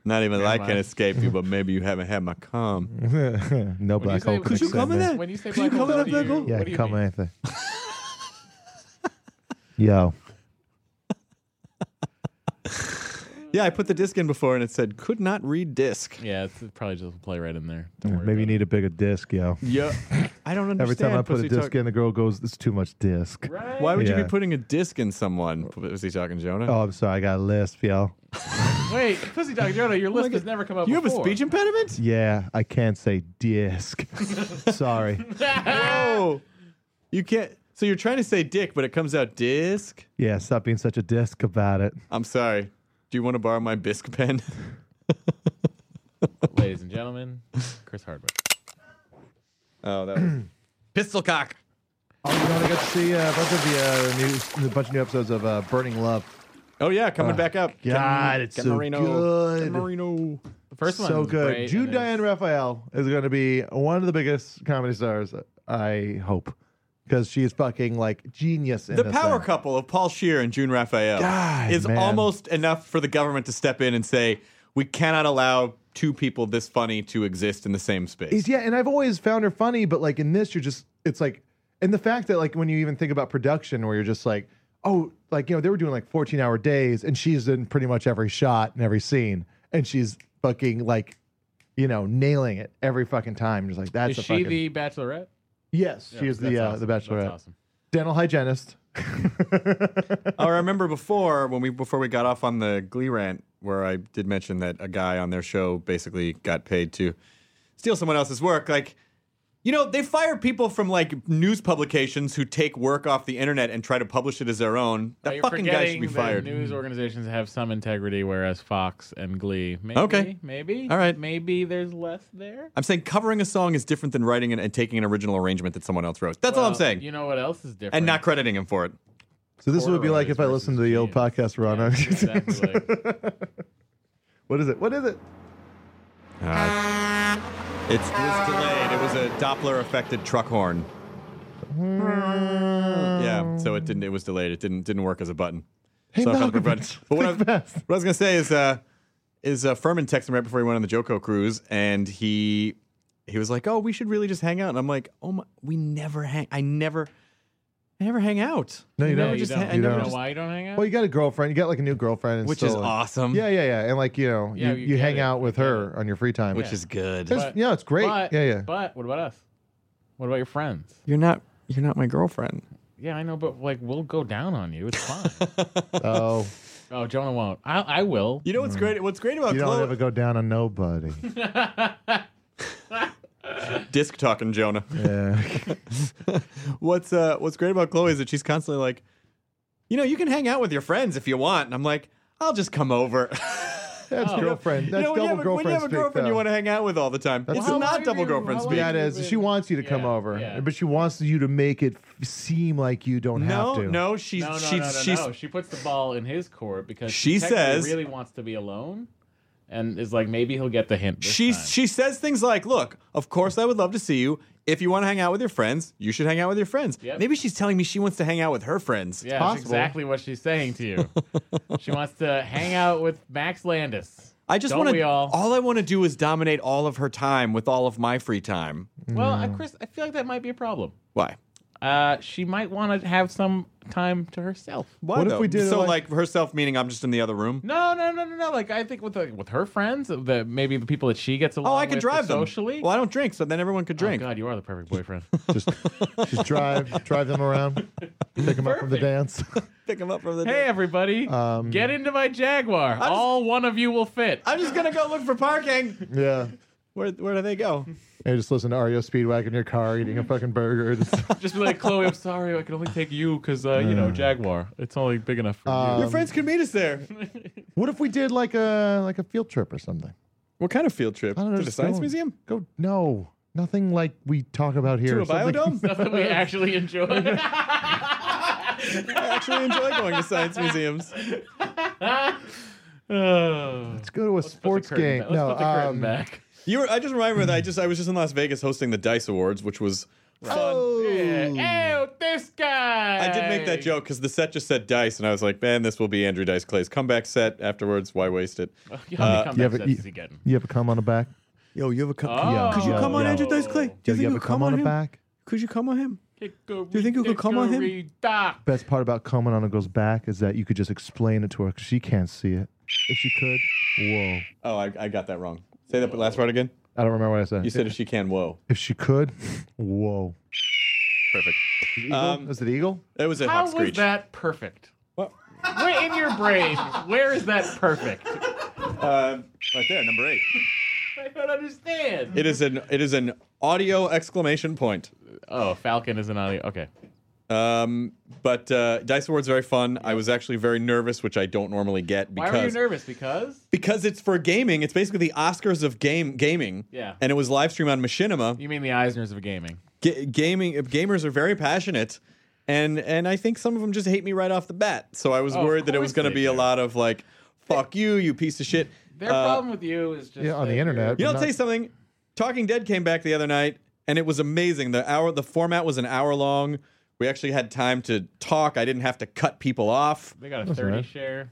F: Not even I
I: mind.
F: escape you, but maybe you haven't had my cum.
H: no black hole. can
I: could you
H: extend
I: come
F: in
H: there.
F: that?
I: When you say
F: Could you
I: black hole,
F: come in
I: what
F: that
I: do
F: black hole?
I: you,
H: Yeah,
I: what do you
H: come
I: mean?
H: anything. Yo,
F: Yeah, I put the disc in before and it said could not read disc.
I: Yeah, it's it probably just play right in there. Don't worry
H: maybe you
I: about
H: need a bigger disc, yo.
F: Yeah. I don't understand.
H: Every time I put a
F: pussy
H: disc
F: talk-
H: in, the girl goes, "It's too much disc."
F: Why would you
H: Yeah.
F: be putting a disc in someone? Pussy talking Jonah.
H: Oh, I'm sorry, I got a lisp, yo.
I: it. Wait, Pussy Dog Jonah, your list has never come up
F: Oh you have a
I: before.
F: speech impediment?
H: Yeah, I can't say disc. sorry.
F: Oh, you can't. So you're trying to say dick, but it comes out disc.
H: Yeah, stop being such a disc about it.
F: I'm sorry. Do you want to borrow my bisque pen?
I: Ladies and gentlemen, Chris Hardwick.
F: oh, that was pistol cock.
H: Oh, you know, I got to see uh, a bunch of the uh, new, a bunch of new episodes of uh, Burning Love.
F: Oh yeah, coming back up.
H: Ah, God, it's so good.
F: Ken Marino.
I: The first one
H: so
I: was
H: good.
I: great, and
H: Jude
I: it's-
H: Diane Raphael is going to be one of the biggest comedy stars. I hope because she is fucking like genius. In
F: The
H: this
F: power
H: thing.
F: couple of Paul Shear and June Raphael
H: God,
F: is
H: man.
F: almost enough for the government to step in and say we cannot allow two people this funny to exist in the same space.
H: is yeah, and I've always found her funny, but like in this, you're just it's like, and the fact that like when you even think about production, where you're just like, oh, like you know they were doing like 14 hour days, and she's in pretty much every shot and every scene, and she's fucking like, you know, nailing it every fucking time. Just like that's
I: Is
H: a
I: she
H: fucking,
I: the Bachelorette?
H: yes, she is
I: That's
H: the uh,
I: awesome.
H: the Bachelorette,
I: That's awesome.
H: dental hygienist.
F: Oh, I remember before when we before we got off on the Glee rant, where I did mention that a guy on their show basically got paid to steal someone else's work. Like, you know, they fire people from like news publications who take work off the internet and try to publish it as their own.
I: But
F: That
I: you're
F: fucking guy should
I: forgetting
F: be
I: that
F: fired.
I: News organizations have some integrity, whereas Fox and Glee, maybe,
F: Okay.
I: maybe,
F: All right.
I: maybe there's less there.
F: I'm saying covering a song is different than writing and, and taking an original arrangement that someone else wrote. That's all I'm
I: Well,
F: saying,
I: You know what else is different?
F: and not crediting him for it.
H: So this would be like
I: Horror
H: if I listened to the old
I: versus
H: podcast we're on.
I: exactly.
H: what is it? What is it?
F: It's, Uh, it was delayed. It was a Doppler affected truck horn. Yeah, so it didn't. It was delayed. It didn't didn't work as a button.
H: Hey,
F: So I found
H: Malcolm,
F: it but but what, I,
H: think
F: what
H: fast.
F: I was gonna say is, uh, is uh, Furman texted me right before he went on the Joko cruise, and he he was like, "Oh, we should really just hang out." And I'm like, "Oh my, we never hang. I never, I never hang out.
H: No, you
I: No,
H: don't.
I: you
F: just
I: don't.
F: ha- I
H: You
I: You
F: never
I: don't
H: don't.
I: know
F: just-
I: why you don't hang out?
H: Well, you got a girlfriend. You got like a new girlfriend, and
F: which
H: still,
F: is
H: like-
F: awesome.
H: Yeah, yeah, yeah. And like you know,
I: Yeah,
H: you,
I: you
H: you,
I: get
H: hang
I: it.
H: out with
I: You get
H: her on your free time,
F: which is good.
H: It's- yeah, it's great.
I: But,
H: yeah, yeah.
I: But what about us? What about your friends?
F: You're not, you're not my girlfriend.
I: Yeah, I know, but like we'll go down on you. It's fine.
H: oh,
I: oh, Jonah won't. I, I will.
F: You know what's great? What's great about
H: you don't
F: Chloe-
H: ever go down on nobody.
F: disc talking Jonah.
H: yeah.
F: what's uh what's great about Chloe is that she's constantly like, you know, you can hang out with your friends if you want. And I'm like, I'll just come over.
H: that's
I: Oh.
H: girlfriend. That's
F: you know, when you
H: double
F: have, a- when you
H: girlfriend
F: have a
H: speak.
F: girlfriend
H: though.
F: you want to hang out with all the time.
H: That's-
F: it's
I: how long
H: Well,
F: not
I: have
F: double
I: you-
F: girlfriend
I: how long
F: speak.
H: yeah, it
I: you've
H: is. She
I: been-
H: wants you to come
I: Yeah,
H: over,
I: yeah.
H: but she wants you to make it f- seem like you don't
F: No,
H: have to.
F: no, she's
I: no, no,
F: she's
I: no, no,
F: she's
I: no. She puts the ball in his court because
F: She
I: technically
F: says-
I: really wants to be alone, and is like maybe he'll get the hint. This
F: she
I: time.
F: she says things like, "Look, of course I would love to see you. If you want to hang out with your friends, you should hang out with your friends."
I: Yep.
F: Maybe she's telling me she wants to hang out with her friends.
I: Yeah, that's
H: possible.
I: exactly what she's saying to you. she wants to hang out with Max Landis.
F: I just
I: Don't
F: want
I: we
F: to.
I: all?
F: I want to do is dominate all of her time with all of my free time.
I: Well, I,
F: Mm.
I: Chris, I feel like that might be a problem.
F: Why?
I: Uh, she might want to have some time to herself.
F: Why
H: What if
F: though?
H: we did it
F: so like,
H: like-
F: herself meaning I'm just in the other room?
I: No, no, no, no, no. Like I think with the, with her friends, the maybe the people that she gets along.
F: Oh, I could
I: with
F: drive them
I: socially.
F: Well, I don't drink, so then everyone could drink.
I: Oh God, you are the perfect boyfriend.
H: Just, just drive, drive them around, pick them up from the dance.
F: Pick them up from the.
I: hey, everybody,
H: Um,
I: get into my Jaguar. All one of you will fit.
F: I'm just gonna go look for parking.
H: yeah.
F: Where Where do they go?
H: And just listen to REO Speedwagon in your car eating a fucking burger. Just-
I: Just be like Chloe. I'm sorry, I can only take you because uh, you know Jaguar. It's only big enough for
H: Uh,
I: you.
F: Your friends can meet us there.
H: what if we did like a like a field trip or something?
F: What kind of field trip?
H: I don't know.
F: to the
H: just
F: science
H: go-
F: museum?
H: Go no, nothing like we talk about here.
F: To a
H: or something.
F: biodome?
I: That we actually enjoy.
F: I actually enjoy going to science museums.
I: oh.
H: Let's go to a sports
I: Put the curtain
H: game.
I: back. Let's
H: no,
I: put the curtain
H: um,
I: back.
F: You were. I just remember that I just I was just in Las Vegas hosting the Dice Awards, which was fun.
I: Yeah. Oh, this guy.
F: I did make that joke because the set just said Dice, and I was like, man, this will be Andrew Dice Clay's comeback set. Afterwards, why waste it?
I: You know how many
H: you
I: comebacks
H: have, a,
I: sets
H: you,
I: is he getting?
H: you have a cum on the back.
F: Yo, you have a come?
I: Oh.
F: Could you
H: Yo,
F: come on
H: yo.
F: Andrew Dice Clay? Do
H: Yo,
F: you think
H: you have a
F: you'll come
H: cum
F: on
H: on the
F: him?
H: back.
F: Could you come on him?
I: Do
F: you think you could come on him?
H: Best part about coming on a girl's back is that you could just explain it to her 'cause she can't see it. If she could, whoa.
F: Oh, I, I got that wrong. Say that last part again.
H: I don't remember what I said.
F: You said if she can, whoa.
H: if she could, whoa.
F: Perfect.
H: Eagle?
F: Um,
H: is it eagle?
F: That was a
I: How
F: hot
I: was
F: screech.
I: that perfect?
F: What?
I: Wait, in your brain, where is that perfect?
F: Uh, right there, number eight.
I: I don't understand.
F: It is an it is an audio exclamation point.
I: oh, Falcon is an audio. Okay.
F: Um, but uh, Dice Awards are very fun. I was actually very nervous, which I don't normally get
I: Why
F: because
I: were you nervous? Because
F: because it's for gaming. It's basically the Oscars of game gaming.
I: Yeah.
F: And it was live streamed on Machinima.
I: you mean the Eisners of gaming.
F: Ga gaming gamers are very passionate, and and I think some of them just hate me right off the bat. So I was
I: Oh, of
F: worried that it was
I: course
F: going to
I: they
F: be a
I: do.
F: lot of like, "Fuck you, you piece of shit."
I: Their
F: Uh,
I: problem with you is just
H: Yeah, on
I: that
H: the
I: you're-
H: internet.
F: You know,
H: I'm
F: I'll tell you something. Talking Dead came back the other night, and it was amazing. The hour, the format was an hour long. We actually had time to talk. I didn't have to cut people off.
I: They got a thirty
H: right.
I: share.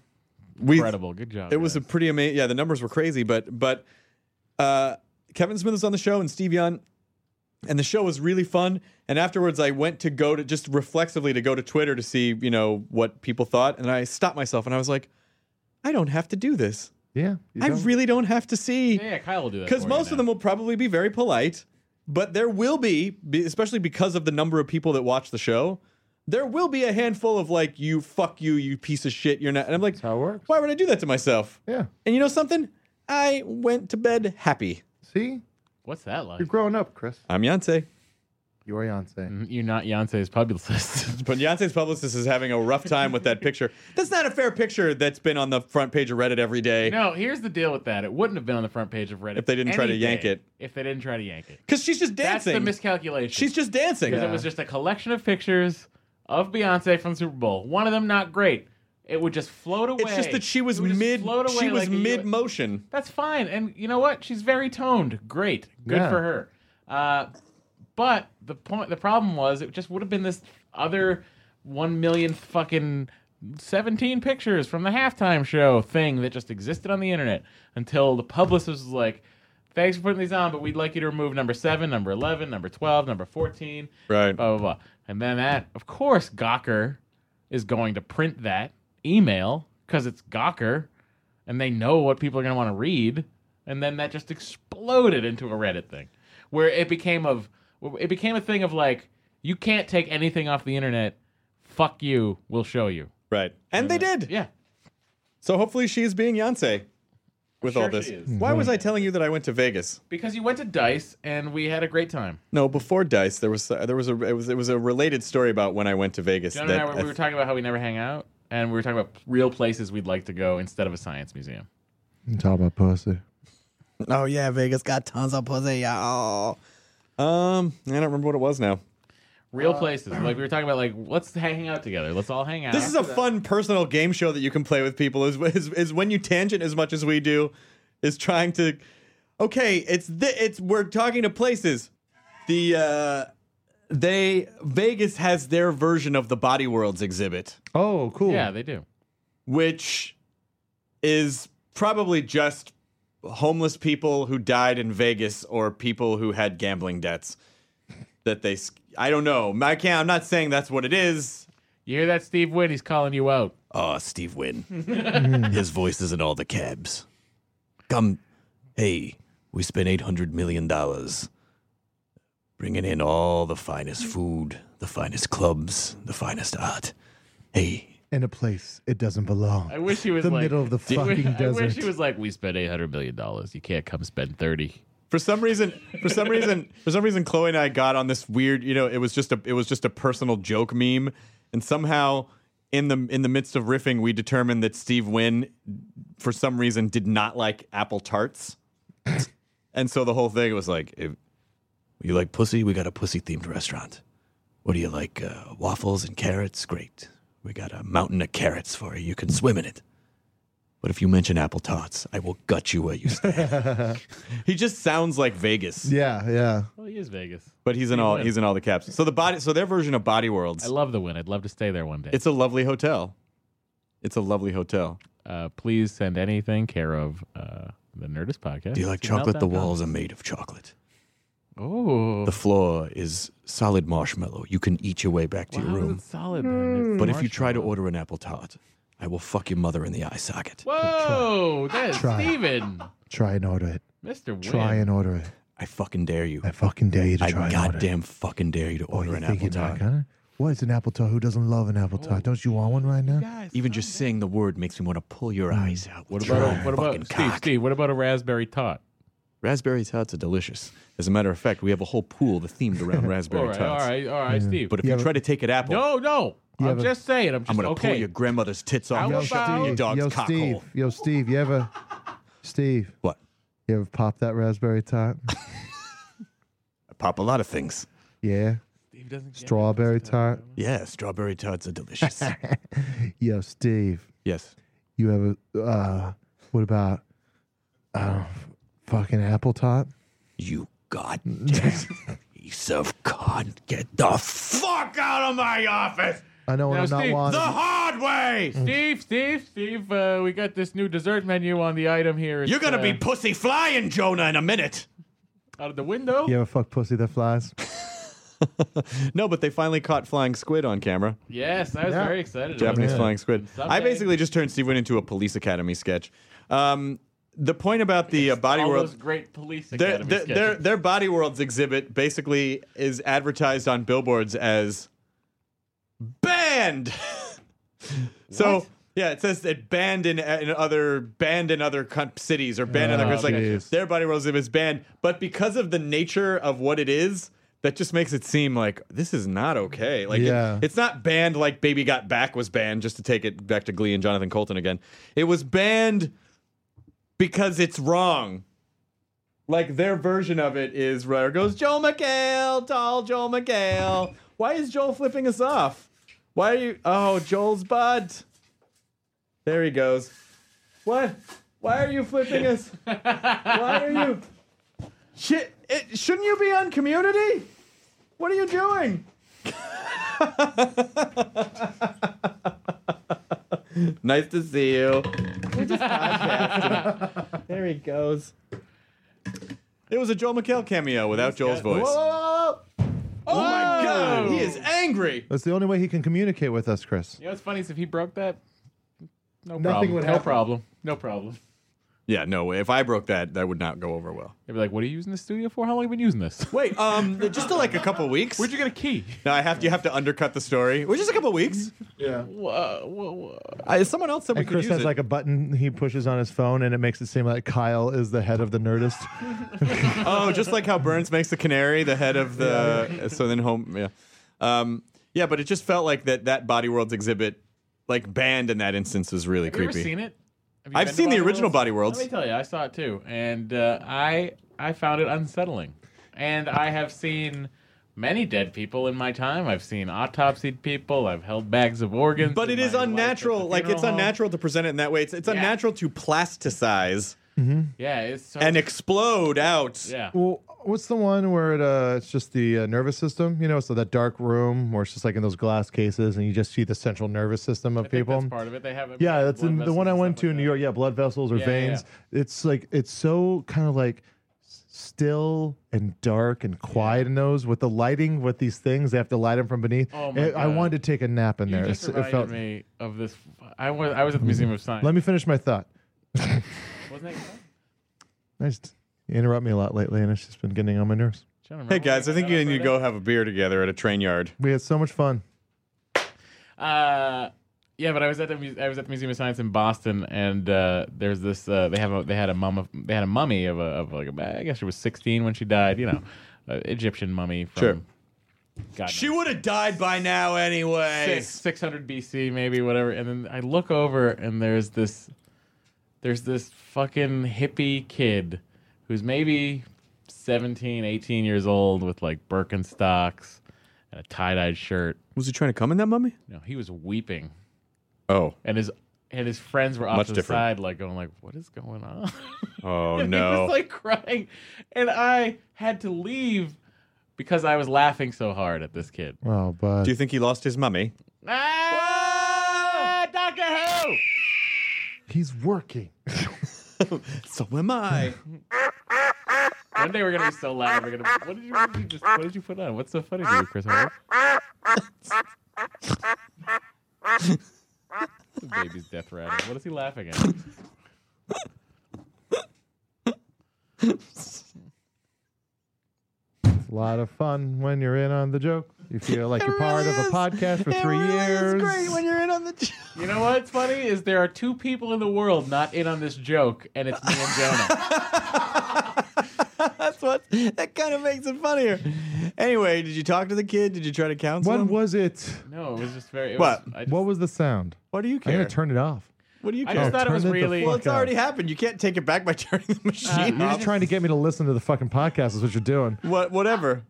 F: We,
I: Incredible. Good
H: Oh,
I: job.
F: It was a pretty amazing. Yeah, the numbers were crazy, but but uh, Kevin Smith was on the show and Steve Young, and the show was really fun. And afterwards, I went to go to just reflexively to go to Twitter to see you know what people thought, and I stopped myself and I was like, I don't have to do this.
H: Yeah. you
F: I
H: don't-
F: really don't have to see
I: Yeah, yeah, Kyle will do that.
F: because
I: for you
F: most
I: now.
F: of them will probably be very polite, but there will be, be- especially because of the number of people that watch the show, there will be a handful of like, "You fuck you, you piece of shit." You're not, and I'm like,
H: how it works.
F: Why would I do that to myself?
H: Yeah.
F: And you know something? I went to bed happy.
H: See,
I: What's that like?
H: you're growing up, Chris.
F: I'm Yancey,
H: You are Yonsei.
F: Mm-hmm.
I: You're not Yonsei's publicist.
F: but Yancey's publicist is having a rough time with that picture. That's not a fair picture. That's been on the front page of Reddit every day.
I: no, here's the deal with that. It wouldn't have been on the front page of Reddit
F: If they didn't try to
I: any
F: yank
I: day
F: it.
I: If they didn't try to yank it.
F: Because she's just
I: That's
F: dancing.
I: the miscalculation.
F: she's just dancing.
I: because it was just a collection of pictures of Beyonce from the Super Bowl. One of them not great. It would just float away.
F: It's just that she was
I: It would just
F: mid.
I: float away
F: She was
I: like a-
F: mid motion.
I: That's fine, and you know what? She's very toned. Great, good
H: Yeah.
I: for her. Uh, but the point, the problem was, it just would have been this other one millionth fucking seventeen pictures from the halftime show thing that just existed on the internet until the publicist was like. Thanks for putting these on, but we'd like you to remove number seven, number eleven, number twelve, number fourteen,
F: Right.
I: blah blah blah. And then that, of course, Gawker is going to print that email because it's Gawker, and they know what people are going to want to read. And then that just exploded into a Reddit thing, where it became of it became a thing of like you can't take anything off the internet. Fuck you. We'll show you.
F: Right. And they did.
I: Yeah.
F: So hopefully she's being Yancey with
I: Sure
F: all this.
I: she is. Mm-hmm.
F: Why was I telling you that I went to Vegas?
I: Because you went to Dice and we had a great time.
F: No, before Dice, there was there was a it was it was a related story about when I went to Vegas.
I: John
F: that
I: and I were,
F: I-
I: we were talking about how we never hang out, and we were talking about real places we'd like to go instead of a science museum.
H: Talk about pussy.
F: oh yeah, Vegas got tons of pussy, y'all. Um, I don't remember what it was now.
I: Real
C: Uh,
I: places. Like we were talking about, like let's hang out together. Let's all hang out.
F: This is a fun personal game show that you can play with people. Is is, is when you tangent as much as we do, is trying to. Okay, it's th- it's we're talking to places. The uh, they Vegas has their version of the Body Worlds exhibit.
H: Oh, cool.
I: yeah, they do.
F: which is probably just homeless people who died in Vegas or people who had gambling debts that they. s- I don't know. I can't. I'm not saying that's what it is.
I: You hear that, Steve Wynn? He's calling you out.
C: Ah, Steve Wynn. His voice is in all the cabs. Come, hey, we spent $800 million bringing in all the finest food, the finest clubs, the finest art. Hey,
H: in a place it doesn't belong.
I: I wish he was
H: the
I: like
H: middle of the
I: I wish-
H: fucking
I: I
H: desert.
I: wish he was like, we spent eight hundred million dollars. You can't come spend thirty.
F: For some reason, for some reason, for some reason, Chloe and I got on this weird. You know, it was just a it was just a personal joke meme, and somehow in the in the midst of riffing, we determined that Steve Wynn, for some reason, did not like apple tarts, and so the whole thing was like, if,
C: you like pussy? We got a pussy themed restaurant. What do you like? Uh, waffles and carrots? Great. We got a mountain of carrots for you. You can swim in it. But if you mention apple tarts, I will gut you where you stand.
F: he just sounds like Vegas.
H: yeah, yeah.
I: Well, he is Vegas.
F: But he's in all he's in all the caps. So the body so their version of Body Worlds.
I: I love the win. I'd love to stay there one day.
F: It's a lovely hotel. It's a lovely hotel.
I: uh, please send anything care of uh, the Nerdist podcast.
C: Do you like
I: at gmail.com.
C: chocolate? The walls are made of chocolate.
I: Oh,
C: The floor is solid marshmallow. You can eat your way back to
I: wow,
C: your room.
I: that's solid. man.
C: But if you try to order an apple tart, I will fuck your mother in the eye socket.
I: whoa, that is
H: Try.
I: Steven.
H: Try and order it.
I: Mr.
H: Try
I: Wynn.
H: and order it.
C: I fucking dare you.
H: I fucking dare you to
C: I
H: try and order it.
C: goddamn fucking dare you to
H: Oh,
C: order
H: you
C: an
H: think
C: apple
H: you're not
C: tart. Oh,
H: gonna? What is an apple tart? Who doesn't love an apple tart? Don't you want one right now?
C: Even just saying the word makes me want to pull your
H: Hmm.
C: eyes out.
I: What
C: with
I: about
C: your
I: a, what about
C: fucking
I: Steve?
C: cock.
I: Steve, what about a raspberry tot?
C: Raspberry tarts are delicious. As a matter of fact, we have a whole pool that's themed around raspberry
I: All right, all
C: tarts.
I: right, all right, Steve.
C: But if you try to take an apple,
I: no, no, I'm
H: but-
I: just saying. I'm just
C: I'm gonna
I: okay.
C: pull your grandmother's tits
I: How
C: off and
I: about-
C: shove it in your dog's
H: yo,
C: cock
H: Steve.
C: hole.
H: Yo, Steve. You ever? Steve.
C: What?
H: You ever pop that raspberry tart?
C: I pop a lot of things.
H: Yeah.
I: Steve doesn't get it.
H: Strawberry tart.
C: Yeah, strawberry tarts are delicious.
H: Yo, Steve.
C: yes.
H: You ever? Uh, what about? Uh, fucking apple tart.
C: You goddamn piece of con. Get the fuck out of my office
H: I know, and
I: Now,
H: I'm not
I: Steve,
H: wanted.
C: the hard way.
I: Steve, Steve, Steve, uh, we got this new dessert menu on the item here. It's,
C: You're gonna be
I: uh,
C: pussy flying, Jonah, in a minute.
I: out of the window.
H: You ever fuck pussy that flies?
F: No, but they finally caught flying squid on camera.
I: Yes, I was
H: Yeah.
I: very excited. about
F: Japanese
I: that.
F: flying squid. I
I: Someday-
F: basically just turned Steve Wynn into a police academy sketch. Um, the point about the uh, body
I: All
F: world
I: those great police
F: their,
I: academy
F: their, their,
I: sketches.
F: their Body Worlds exhibit basically is advertised on billboards as banned. so yeah, it says it banned in, in other banned in other con- cities or banned in other
I: Oh,
F: countries.
I: jeez.
F: Like their Body Worlds exhibit is banned, but because of the nature of what it is. That just makes it seem like this is not okay. Like it-
H: Yeah.
F: it's not banned like Baby Got Back was banned. Just to take it back to Glee and Jonathan Colton again, it was banned because it's wrong. Like their version of it is where it goes Joel McHale, tall Joel McHale. Why is Joel flipping us off? Why are you? Oh, Joel's butt. There he goes. What? Why are you flipping us? Why are you? Shit! It, shouldn't you be on Community? What are you doing? nice to see you. We're just podcasting. there he goes. It was a Joel McHale cameo without Joel's voice.
H: Whoa!
F: Oh my god, he is angry.
H: That's the only way he can communicate with us, Chris.
I: You know what's funny is if he broke that, no
H: Nothing
I: problem.
H: would
I: no
H: happen.
I: problem. No problem.
F: Yeah, no way. If I broke that, that would not go over well.
I: They'd be like, "What are you using the studio for? How long have you been using this?
F: Wait, um, just like a couple weeks.
I: Where'd you get a key?
F: No, I have to. You have to undercut the story. Which is a couple weeks.
H: Yeah.
I: Whoa, whoa, whoa.
F: I, someone else said we
H: And
F: could
H: Chris
F: use
H: has
F: it.
H: like a button he pushes on his phone, and it makes it seem like Kyle is the head of the Nerdist.
F: oh, just like how Burns makes the canary the head of the. So then home, yeah, um, yeah. But it just felt like that that Body Worlds exhibit, like banned in that instance, was really
I: Have you ever
F: creepy.
I: seen it? Have you
F: I've
I: been to
F: seen the original Body Worlds.
I: Let me tell you, I saw it too, and uh, I I found it unsettling. And I have seen many dead people in my time. I've seen autopsied people. I've held bags of organs.
F: But
I: in
F: it is
I: my life at
F: unnatural.
I: the
F: Like it's
I: funeral home.
F: unnatural to present it in that way. It's it's
I: Yeah.
F: unnatural to plasticize
I: Yeah, it's so,
F: and explode out.
I: yeah.
H: well, what's the one where it, uh, it's just the uh, nervous system? You know, so that dark room where it's just like in those glass cases, and you just see the central nervous system of people.
I: That's part of it. They have.
H: yeah, that's in the one I went to in New York. Yeah, blood vessels or
I: Yeah, yeah,
H: veins. It's like it's so kind of like s- still and dark and quiet in those with the lighting with these things. They have to light them from beneath.
I: Oh my
H: I- I
I: God.
H: wanted to take a nap in
I: You
H: there.
I: just
H: It's-
I: reminded me of this. I was I was at the Museum of Science.
H: Let me finish my thought.
I: Wasn't that
H: I just you interrupt me a lot lately, and it's just been getting on my nerves.
F: Hey guys, I think you need to go have a beer together at a train yard.
H: We had so much fun.
I: Uh, yeah, but I was at the mu- I was at the Museum of Science in Boston, and uh, there's this uh, they have a, they had a mum of, they had a mummy of a of like a, I guess she was 16 when she died. You know, uh, Egyptian mummy from.
F: Sure.
I: God
F: She would have died by now anyway.
I: six, 600 BC, maybe whatever. And then I look over, and there's this, there's this fucking hippie kid who's maybe 17, 18 years old with like Birkenstocks and a tie-dyed shirt.
F: Was he trying to come in that mummy?
I: You know, he was weeping,
F: Oh,
I: and his and his friends were off
F: Much
I: to the
F: different.
I: side, like going like, "What is going on?"
F: oh
I: and he
F: no.
I: was like crying, and I had to leave because I was laughing so hard at this kid.
H: Oh, but
F: Do you think he lost his mummy?
I: Ah, Doctor Who.
H: he's working.
F: So am I.
I: One day we're gonna be so loud. We're gonna. Be, what did you? What did you, just, what did you put on? What's so funny to you, Chris Hardwick? The baby's death rattle. What is he laughing at?
H: It's a lot of fun when you're in on the joke. You feel like you're part of a podcast for three years.
F: you're in on the.
I: You know what's funny is there are two people in the world not in on this joke, and it's me and Jonah.
F: That's what. That kind of makes it funnier. Anyway, did you talk to the kid? Did you try to counsel
H: What
F: him?
H: was it?
I: No, it was just very. It
F: What?
I: Was, I just,
H: What was the sound?
F: What do you
H: I'm
F: care?
H: gonna turn it off. Oh,
F: what do you
I: I
F: care?
I: just thought it
H: Turn
I: was
H: it the
I: really.
F: well, it's
H: fuck
F: already happened. You can't take it back by turning the machine.
H: You're just trying to get me to listen to the fucking podcast. Is what you're doing.
F: What, whatever.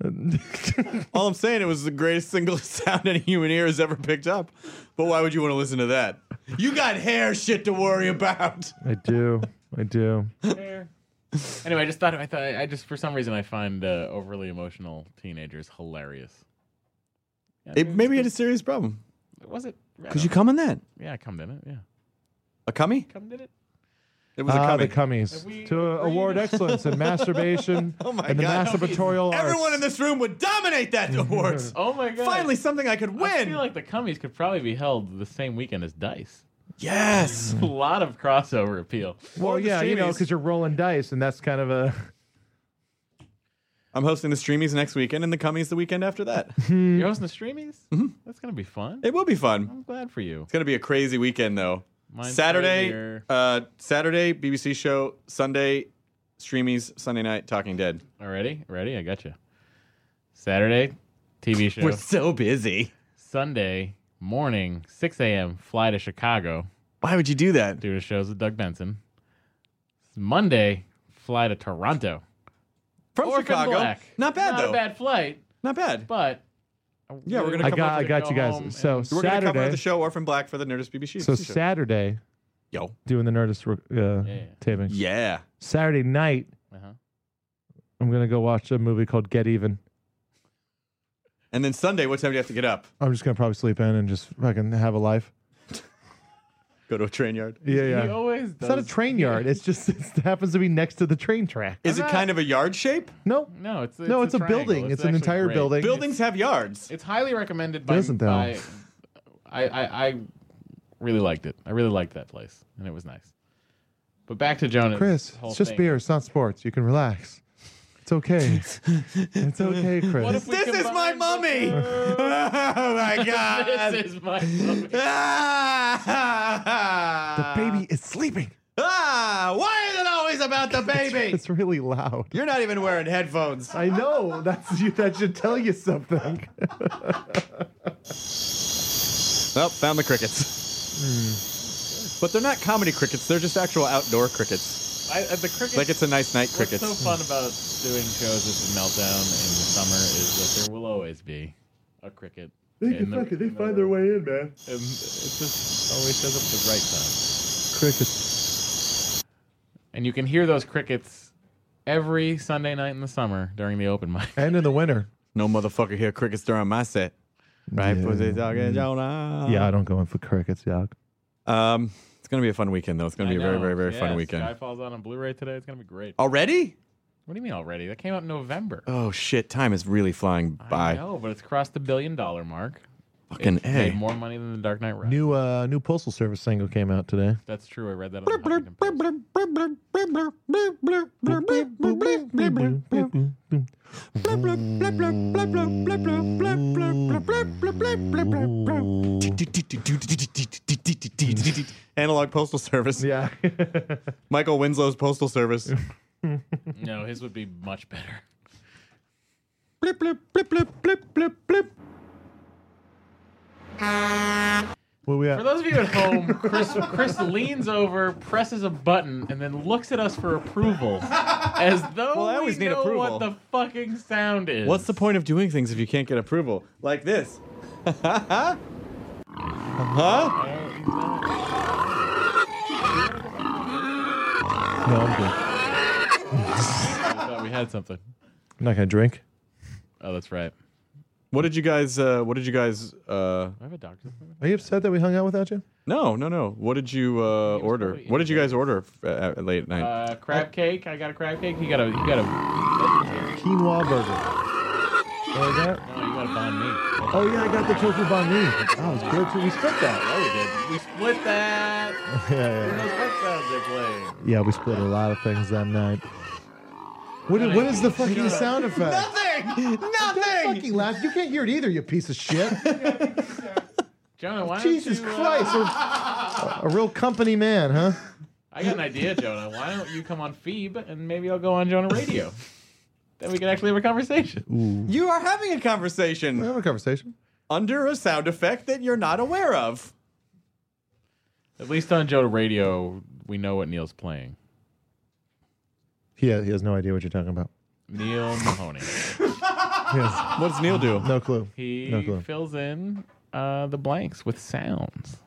F: All I'm saying, it was the greatest single sound any human ear has ever picked up. But why would you want to listen to that? You got hair shit to worry about.
H: I do. I do.
I: Fair. Anyway, I just thought I thought I just for some reason I find uh, overly emotional teenagers hilarious. Yeah,
F: It maybe had a serious problem.
I: was it? I
F: Cause
I: don't
F: you come in that
I: know. yeah, I come did it. Yeah,
F: a cummy.
I: come did it.
F: It was
H: Ah,
F: a
H: the
F: cummy.
H: cummies
I: Have we
H: to
I: agreed?
H: award excellence in masturbation
F: Oh my
H: and the
F: God.
H: masturbatorial
F: Everyone
H: arts.
F: in this room would dominate that awards.
I: Oh my god!
F: Finally, something I could
I: I
F: win.
I: feel like the Cummies could probably be held the same weekend as Dice.
F: yes.
I: A lot of crossover appeal.
H: well,
F: Or the
H: yeah, you know,
F: streamies.
H: because you're rolling dice, and that's kind of a.
F: I'm hosting the streamies next weekend and the cummies the weekend after that.
I: You're hosting the streamies. Mm-hmm. That's gonna be fun.
F: it will be fun.
I: I'm glad for you.
F: It's gonna be a crazy weekend though.
I: Mine's
F: Saturday,
I: earlier.
F: uh, Saturday BBC show. Sunday, streamies. Sunday night, Talking Dead.
I: Already, ready? I got you. Saturday, TV show.
F: so busy.
I: Sunday morning, 6 a.m. Fly to Chicago.
F: Why would you do that?
I: Do the shows with Doug Benson. Monday, fly to Toronto.
F: From
I: Orphan
F: Chicago.
I: Black.
F: Not bad
I: Not
F: though.
I: a bad flight,
F: Not bad.
I: but
F: Yeah, we're gonna
H: I
F: Come
H: got.
F: on,
H: I got you
I: home
H: guys. So
I: and-
F: We're gonna cover the
H: Saturday.
F: show Orphan Black for the Nerdist BBC.
H: So
F: show.
H: Saturday,
F: Yo.
H: doing the Nerdist uh,
I: Yeah.
H: taping.
F: Yeah.
H: Saturday night,
I: Uh-huh.
H: I'm gonna go watch a movie called Get Even.
F: And then Sunday, what time do you have to get up?
H: I'm just gonna probably sleep in and just fucking have a life.
F: Go to a train yard.
H: Yeah,
I: He
H: yeah.
I: always
H: It's not a
I: does-
H: train yard. It's just it happens to be next to the train track.
F: Is it kind of a yard shape?
H: No,
I: No, it's,
H: no, it's a,
I: triangle.
H: building. It's, an
I: actually
H: entire
I: great.
H: building.
F: Buildings have yards.
I: It's highly recommended by.
H: Doesn't though.
I: by- I, I I really liked it. I really liked that place, and it was nice. But back to Jonah.
H: Chris, it's just beer. It's not sports. You can relax. It's okay. it's okay,
I: What
H: Chris.
I: if we
F: This is my mummy.
I: combine the two?
F: Oh my god.
I: this is my mummy.
F: Ah!
H: the baby is sleeping.
F: Ah! Why is it always about the baby?
H: It's really loud.
F: You're not even wearing headphones.
H: I know. That's you. That should tell you something.
F: Well, found the crickets.
I: Hmm.
F: But they're not comedy crickets. They're just actual outdoor crickets.
I: I, uh, the crickets.
F: Like it's a nice night
I: What's
F: crickets.
I: so fun about doing shows at the Meltdown in the summer is that there will always be a cricket.
H: They
I: in
H: can
I: the-
H: fucking. They
I: in the
H: find their
I: room.
H: way in, man.
I: And it just always shows up at the right time.
H: Crickets.
I: And you can hear those crickets every Sunday night in the summer during the open mic.
H: And in the winter.
F: No motherfucker hear crickets during my set. Right?
H: Yeah.
F: Pussy
I: Mm.
F: talking Jonah.
H: Yeah, I don't go in for crickets, dog.
F: Um, it's going to be a fun weekend, though. It's going to
I: I
F: be a very,
I: know.
F: very, very
I: Yeah,
F: fun weekend.
I: Skyfall's out on Blu-ray today. It's gonna be great.
F: Already?
I: What do you mean already? That came out in November.
F: Oh, shit. Time is really flying
I: I
F: by.
I: know, but it's crossed the billion-dollar mark.
F: Fucking
I: it made
F: A.
I: more money than the Dark Knight Rises.
H: New uh new postal service single came out today.
I: That's true. I read that. On the Huffington Post.
F: Analog Postal Service.
H: Yeah.
F: Michael Winslow's Postal Service.
I: no, his would be much better.
F: blip, blip, blip, blip, blip, blip, blip.
H: Where we
I: For
H: at?
I: those of you at home, Chris, Chris leans over, presses a button, and then looks at us for approval, as though
F: Well, I always
I: we
F: need
I: know
F: approval.
I: what the fucking sound is.
F: What's the point of doing things if you can't get approval? Like this. huh?
H: No, I'm good.
I: I thought we had something.
H: I'm not gonna drink.
I: Oh, that's right.
F: What did you guys? Uh, what did you guys? Uh,
I: Do I have a doctor's appointment.
H: Are you upset that we hung out without you?
F: no, no, no. What did you uh, order?
I: probably
F: What did you guys order f- at, at late night?
I: Uh, crab cake. I got a crab cake. You got a. You got a. vegetarian-
H: Quinoa burger. What was that?
I: No, oh, you got a banh mi.
H: Oh yeah, I got the tofu banh mi. That was good too. We split that.
I: Oh, we did. We split that.
H: Yeah, yeah,
I: Who
H: yeah.
I: knows what sounds they're playing?
H: Yeah, we split a lot of things that night. What, what is the fucking sound effect?
F: Nothing.
H: Don't
F: Nothing.
H: fucking laugh. You can't hear it either, you piece of shit.
I: Jonah, why
H: Jesus
I: don't you, uh,
H: Christ. A,
F: uh,
H: a real company man, huh?
I: I got an idea, Jonah. Why don't you come on Phoebe and maybe I'll go on Jonah Radio? then we can actually have a conversation.
F: You are having a conversation
H: have a conversation.
F: under a sound effect that you're not aware of.
I: At least on Jonah Radio, we know what Neil's playing.
H: He has, he has no idea what you're talking about.
I: Neil Mahoney.
H: He has
F: What does Neil do?
H: no clue.
I: He
H: No clue.
I: fills in uh, the blanks with sounds.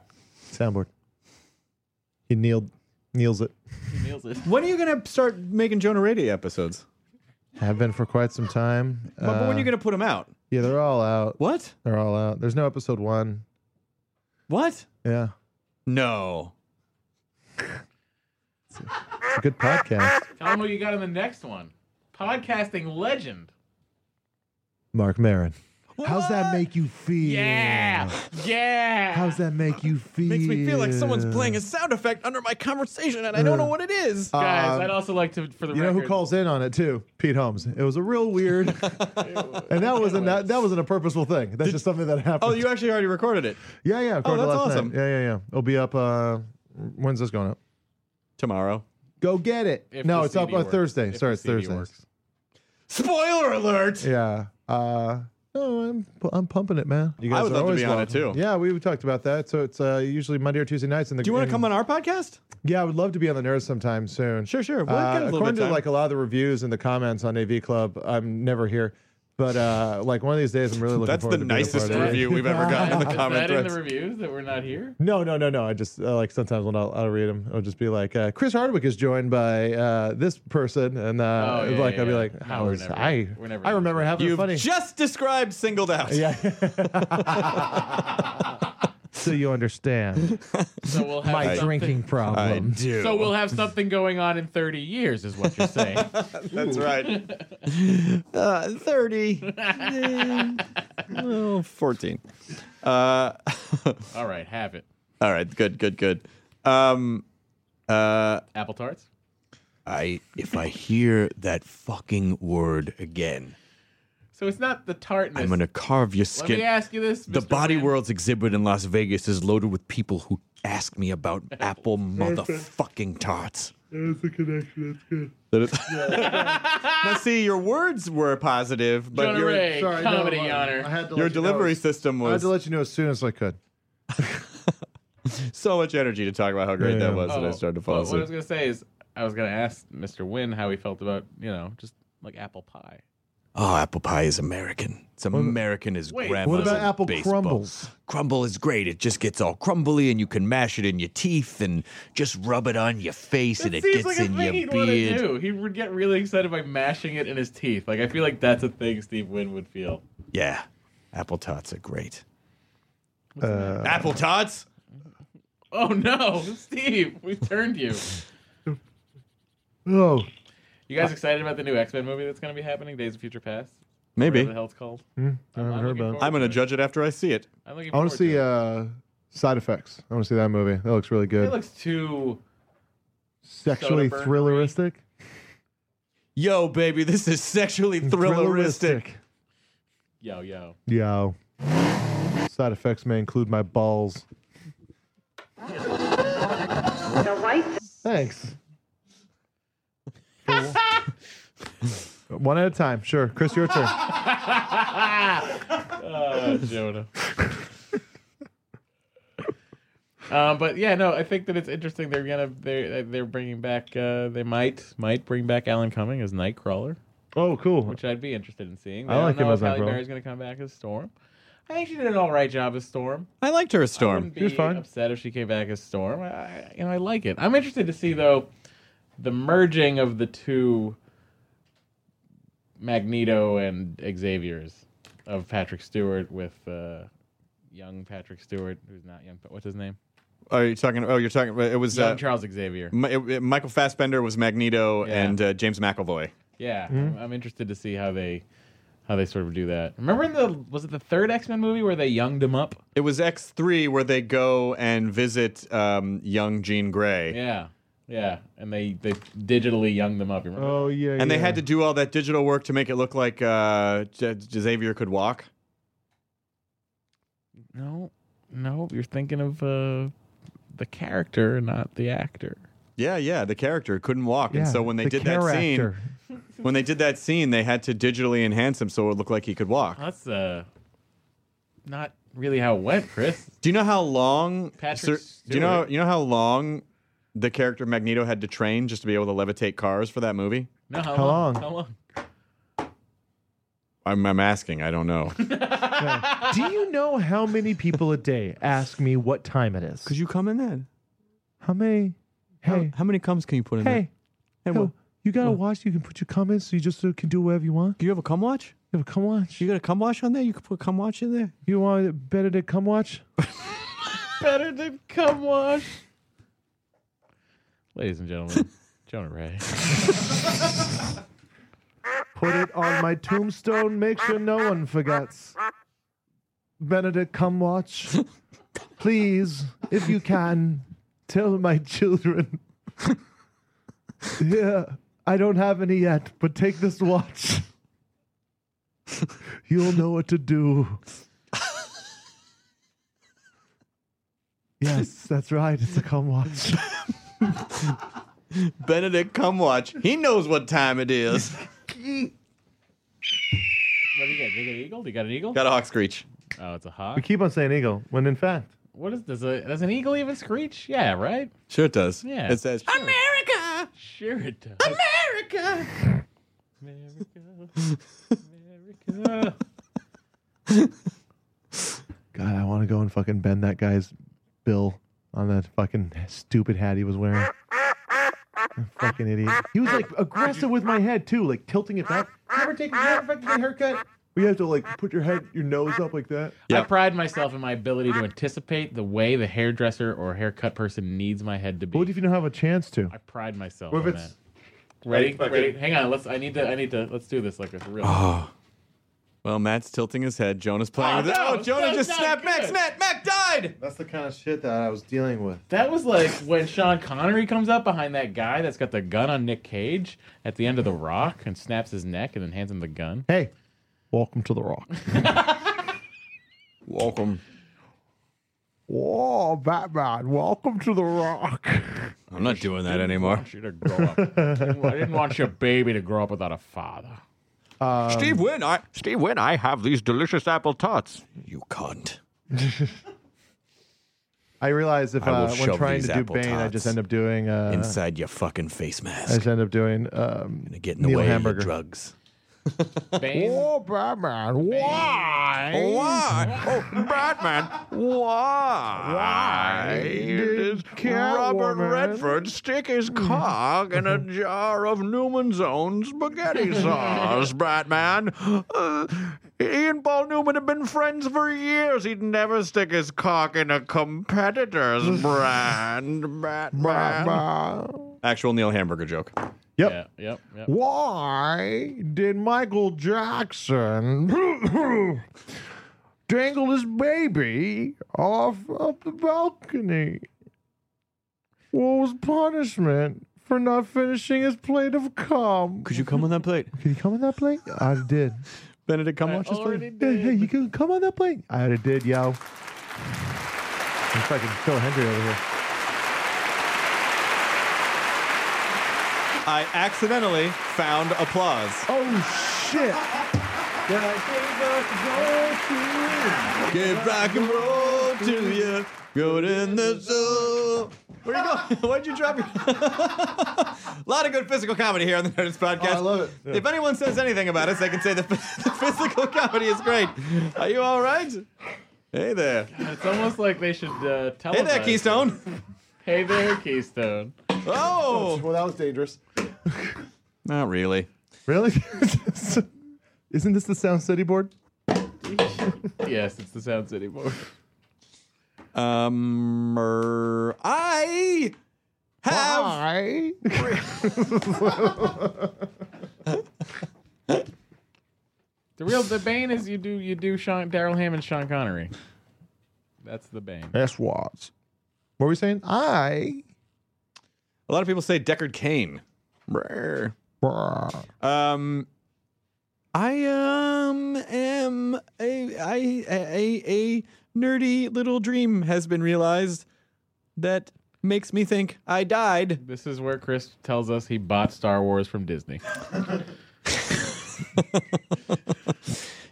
H: Soundboard. He kneeled, kneels it.
I: He nails it.
F: When are you gonna start making Jonah Radio episodes?
H: Have been for quite some time.
F: But- but when are
H: Uh,
F: you gonna put them out?
H: Yeah, they're all out.
F: What?
H: They're all out. There's no episode one.
F: What?
H: Yeah.
F: No.
H: It's a good podcast.
I: Tell him who you got in the next one. Podcasting legend.
H: Mark Marin. How's that make you feel?
I: Yeah. Yeah.
H: How's that make you feel?
F: Makes me feel like someone's playing a sound effect under my conversation, and I don't know what it is.
I: Guys,
H: Um,
I: I'd also like to, for the
H: You know
I: record,
H: who calls in on it too? Pete Holmes. It was a real weird, and that wasn't that, that wasn't a purposeful thing. That's just something that happened.
F: Oh, you actually already recorded it
H: yeah, yeah. according to
F: that's
H: last night.
F: awesome.
H: Yeah, yeah, yeah. It'll be up. Uh, when's this going up?
F: tomorrow.
H: Go get it.
I: if
H: no,
I: the
H: it's up
I: CD
H: on
I: works.
H: Thursday.
I: If
H: Sorry,
I: the
H: it's
I: CD
H: Thursday.
I: works.
F: Spoiler alert!
H: Yeah. Uh, no, I'm pu- I'm pumping it, man. You
F: I would
H: are
F: love to
H: always
F: be on it,
H: welcome.
F: too.
H: Yeah, we talked about that. So it's uh, usually Monday or Tuesday nights. In the
F: Do you want
H: in-
F: to come on our podcast?
H: Yeah, I would love to be on the Nerds sometime soon.
F: Sure, sure. We'll
H: Uh,
F: get a little
H: according
F: bit of
H: to
F: time.
H: like a lot of the reviews and the comments on AV Club, I'm never here. But uh, like one of these days, I'm really looking
F: That's
H: forward
F: the
H: to being a
F: nicest
H: part of it.
F: review we've ever gotten in the
I: Is that
F: comment
I: in the
F: threads.
I: reviews that we're not here?
H: No, no, no, no. I just uh, like sometimes when I'll, I'll read them, it'll just be like uh, Chris Hardwick is joined by uh, this person, and uh,
I: Oh, yeah,
H: like
I: yeah,
H: I'll be
I: yeah.
H: like,
I: No,
H: how
I: we're
H: is
I: never-
H: I?
I: we're never
H: I remember
I: Oh,
H: having
F: You've
H: funny.
F: just described singled out.
H: yeah. so you understand
I: So we'll have
H: my
I: something-
H: drinking
F: I
H: problem.
F: do.
I: So we'll have something going on in 30 years, is what you're saying.
F: That's right. Uh, 30. Eh, well, 14. Uh,
I: All right, have it.
F: all right, good, good, good. Um, uh,
I: Apple tarts.
C: I if I hear that fucking word again,
I: So it's not the tartness.
C: I'm gonna carve your
I: Let
C: skin.
I: me ask you this:
C: the
I: Mr.
C: Body
I: Rand.
C: Worlds exhibit in Las Vegas is loaded with people who ask me about apple motherfucking tarts.
F: that it- now, see, your words were positive, but
I: Jonah
F: your,
I: Ray, comedy
H: uh,
I: honor.
F: your delivery system
H: I had
F: was
H: to let you know as soon as I could.
F: so much energy to talk about how great
H: Yeah.
F: that was that I started to fall
I: Oh, well, What I was
F: asleep.
I: gonna say is, I was gonna ask Mr. Wynn how he felt about you know just like apple pie.
C: Oh, apple pie is American. It's American as
H: Wait,
C: grandma's
H: what about
C: old
H: apple
C: baseball.
H: crumbles?
C: Crumble is great. It just gets all crumbly, and you can mash it in your teeth and just rub it on your face, and it
I: Seems
C: gets
I: like a
C: in
I: thing
C: your
I: he'd wanna
C: beard.
I: do. He would get really excited by mashing it in his teeth. Like I feel like that's a thing Steve Wynn would feel.
C: Yeah, apple tots are great.
H: Uh,
C: Apple tots?
I: Oh no, Steve, we turned you.
H: oh,
I: You guys excited about the new X Men movie that's going to be happening, Days of Future Past?
F: Maybe.
I: Whatever the hell it's called.
H: hmm, I
I: I'm
H: haven't heard
I: looking
H: about. it.
I: forward
F: I'm gonna judge it after I see it.
I: I'm looking
H: I
I: forward
H: want to see
I: it.
H: uh, side effects. I want to see that movie. That looks really
I: It
H: good.
I: looks too.
H: Sexually
I: Soderbergh.
H: thrilleristic.
C: Yo, baby, this is sexually thrilleristic.
I: Yo, yo.
H: Yo. Side effects may include my balls. Thanks. One at a time, sure. Chris, your turn.
I: Ah, Jonah. um, but yeah, no, I think that it's interesting. They're gonna they they're bringing back. Uh, they might might bring back Alan Cumming as Nightcrawler,
H: Oh, cool.
I: which I'd be interested in seeing.
H: I
I: don't
H: like him
I: know
H: as
I: if Halle
H: Nightcrawler.
I: Berry's gonna come back as Storm. I think she did an all right job as Storm.
F: I liked her as
I: I
F: Storm.
I: wouldn't
H: She was
I: be
H: fine.
I: upset if she came back as Storm. I- I, you know, I like it. I'm interested to see though the merging of the two Magneto and Xavier's of Patrick Stewart with uh, young Patrick Stewart, who's not young. What's his name?
F: Are you talking? Oh, you're talking. It was
I: Young
F: uh,
I: Charles Xavier.
F: Mi- it- it- Michael Fassbender was Magneto
I: Yeah.
F: and uh, James McAvoy.
I: Yeah,
H: Mm-hmm.
I: I'm, I'm interested to see how they how they sort of do that. Remember in the was it the third X Men movie where they younged him up?
F: It was X three where they go and visit um, young Jean Grey,
I: Yeah, yeah, and they they digitally young them up. You remember?
H: Oh, yeah.
F: and they
H: yeah.
F: had to do all that digital work to make it look like uh, J- J- Xavier could walk.
I: No, no, you're thinking of uh, the character, not the actor.
F: Yeah, yeah, the character couldn't walk, and
H: Yeah,
F: so when they
H: the
F: did that
H: character.
F: scene, when they did that scene, they had to digitally enhance him so it looked like he could walk.
I: That's uh, not really how it went, Chris.
F: Do you know how long?
I: Patrick
F: do you know
I: Stewart.
F: you know how long the character Magneto had to train just to be able to levitate cars for that movie?
I: No, how,
H: How
I: long?
H: long?
I: How long?
F: I'm, I'm asking. I don't know.
H: Do you know how many people a day ask me what time it is?
F: you come in then?
H: How many? Hey,
F: how many comes can you put in
H: hey,
F: Hey,
H: yo, you gotta watch. You can put your comments, so you just uh, can do whatever you want.
F: Do you have a cum watch?
H: You have a come watch.
F: got a cum watch on there? You can put cum watch in there.
H: You want Benedict come watch?
I: Better than come wash. Ladies and gentlemen, Jonah Ray.
H: Put it on my tombstone. Make sure no one forgets. Benedict come watch. Please, if you can, tell my children. yeah, I don't have any yet, but take this watch. You'll know what to do. Yes, that's right. It's a come watch.
F: Benedict cum watch. He knows what time it is.
I: What do you got? You got an eagle? You got an eagle?
F: got a hawk screech.
I: Oh, it's a hawk.
H: We keep on saying eagle, when in fact,
I: What is does a does an eagle even screech? Yeah, right.
F: Sure it does.
I: Yeah.
F: It says
I: America. Sure it does. America. America. America.
H: God, I want to go and fucking bend that guy's bill on that fucking stupid hat he was wearing. fucking idiot. He was like aggressive with my head too, like tilting it back. Never taking a fucking haircut. We have to like put your head, your nose up like that.
I: I pride myself in my ability to anticipate the way the hairdresser or haircut person needs my head to be.
H: But what if you don't have a chance to?
I: I pride myself
H: What if
I: on
H: it's-
I: that. Ready? Ready? Hang on. Let's. I need to. I need to. Let's do this like a real.
F: Oh. Well, Matt's tilting his head. Jonah's playing
I: Oh,
F: with it.
I: no,
F: Oh, Jonah just
I: that's not
F: snapped Max.
I: good.
F: Matt, Mac died.
H: That's the kind of shit that I was dealing with.
I: That was like when Sean Connery comes up behind that guy that's got the gun on Nick Cage at the end of The Rock and snaps his neck and then hands him the gun.
H: Hey, welcome to the rock.
F: Welcome.
H: Whoa, Batman, welcome to the rock.
F: I'm not doing that anymore.
I: I didn't grow up. I didn't want your baby to grow up without a father.
H: Um,
F: Steve Wynn, I Steve Wynn, I have these delicious apple tots.
C: You cunt.
H: I realize if
C: I will
H: uh, when
C: shove
H: trying
C: these
H: to do
C: apple
H: Bane, I
C: tots
H: just end up doing uh,
C: Inside your fucking face
H: I
C: mask.
H: just end up doing um,
C: Gonna get in the
H: Neil
C: way of your
H: Hamburger.
C: drugs.
I: Bane.
H: Oh, Batman. Why?
J: Why? Oh, Batman. Why?
H: Why did
J: Robert
H: Catwoman-
J: Redford stick his cock in a jar of Newman's own spaghetti sauce, Batman? Uh, he and Paul Newman have been friends for years. He'd never stick his cock in a competitor's brand, Batman.
H: Batman.
F: Actual Neil Hamburger joke.
H: Yep.
I: Yeah, yep, yep.
H: Why did Michael Jackson dangle his baby off of the balcony? What was punishment for not finishing his plate of cum?
C: Could you come on that plate?
H: Can you come on that plate? I did.
F: Benedict
I: I
F: Cumberbatch is
I: already
F: playing.
H: Hey,
I: did.
H: hey, you can come on that plate. I already did, yo. I'm fucking Phil Hendry over here.
F: I accidentally found applause.
H: Oh shit!
F: Give rock and roll to you. Go in the zoo. Where you going? Why'd you drop your? A lot of good physical comedy here on the Nerdist podcast.
H: Oh, I love it. Yeah.
F: If anyone says anything about us, they can say the, the physical comedy is great. Are you all right? Hey there.
I: It's almost like they should uh, tell
F: Hey there, Keystone.
I: Hey there, Keystone.
F: Oh,
H: Well, that was dangerous.
F: not really.
H: Really? Isn't this the Sound City board?
I: yes, it's the Sound City boy.
F: Um, er, I have.
H: Why?
I: The real the bane is you do you do Sean Daryl Hammond Sean Connery. That's the bane.
H: That's what. What were we saying? I.
F: A lot of people say Deckard Kane. Brr.
H: Why
F: Um, I um am a I a, a a nerdy little dream has been realized that makes me think I died.
I: This is where Chris tells us he bought Star Wars from Disney.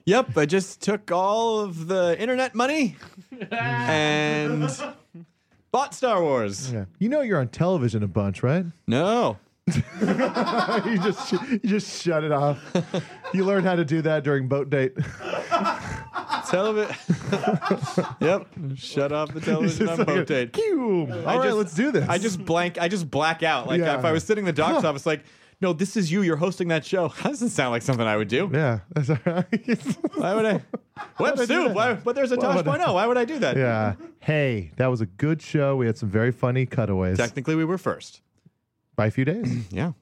F: Yep, I just took all of the internet money and bought Star Wars.
H: You know you're on television a bunch, right?
F: No.
H: you just you just shut it off. You learned how to do that during boat date.
F: Television. yep. Shut off the television on boat date.
H: All
F: I
H: right,
F: just-
H: let's do this.
F: I just blank. I just black out. Like
H: Yeah.
F: if I was sitting in the doc's office, like, no, this is you. You're hosting that show. That doesn't sound like something I would do.
H: Yeah, that's all right.
F: Why would I? Web
H: would I do
F: soup.
H: that?
F: Why, but there's a
H: Why would I-
F: Tosh.0. Why would I do that?
H: yeah. Hey, that was a good show. We had some very funny cutaways
F: Technically, we were first.
H: by a few days.
F: Yeah.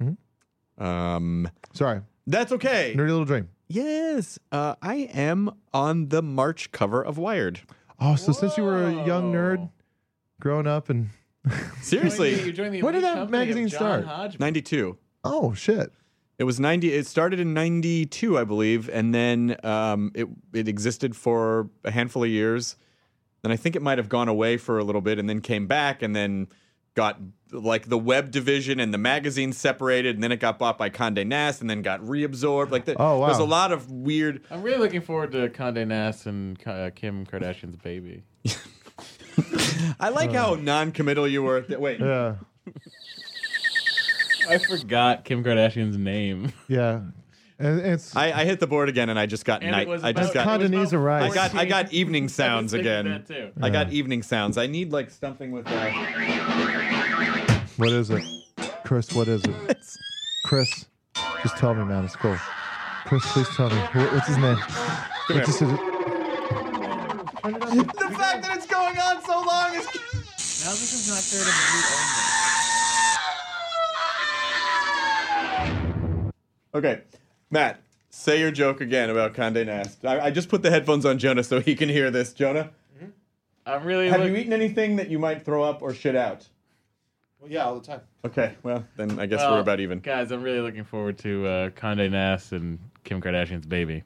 H: Mm-hmm.
F: Um.
H: Sorry,
F: That's okay.
H: nerdy little dream.
F: yes. Uh, I am on the March cover of Wired.
H: Oh, so since you were a young nerd, growing up, and
F: Seriously,
H: When did that magazine start?
F: ninety-two.
H: oh shit,
F: It was ninety. It started in ninety-two, I believe, and then um, it it existed for a handful of years. Then I think it might have gone away for a little bit, and then came back, and then got like the web division and the magazine separated, and then it got bought by Condé Nast, and then got reabsorbed. Like the,
H: Oh, wow.
F: there's a lot of weird.
I: I'm really looking forward to Condé Nast and Ka- uh, Kim Kardashian's baby.
F: I like
H: Uh.
F: how non-committal you were. That, wait,
H: yeah,
I: I forgot Kim Kardashian's name.
H: yeah, and, and it's
F: I, I hit the board again, and I just got
I: And
F: night.
I: it was
F: I just
I: about-
F: got.
I: it was
H: Condoleezza
I: about
H: Rice.
F: I got I
I: 14.
F: got evening sounds
I: thinking
F: again.
I: that too.
F: I got evening sounds. I need like something with uh,
H: What is it? Chris, what is it? Chris, just tell me, man. It's cool. Chris, please tell me. Wh- What's his name? What's his,
F: the fact that it's going on so long is.
I: Now this is not fair to you
F: Okay, Matt, say your joke again about Condé Nast. I, I just put the headphones on Jonah so he can hear this. Jonah,
I: only. I'm really
F: have
I: look-
F: you eaten anything that you might throw up or shit out?
H: yeah, all the time.
F: Okay, well then I guess
I: Well,
F: we're about even.
I: Oh, Guys, I'm really looking forward to uh, Condé Nast and Kim Kardashian's baby.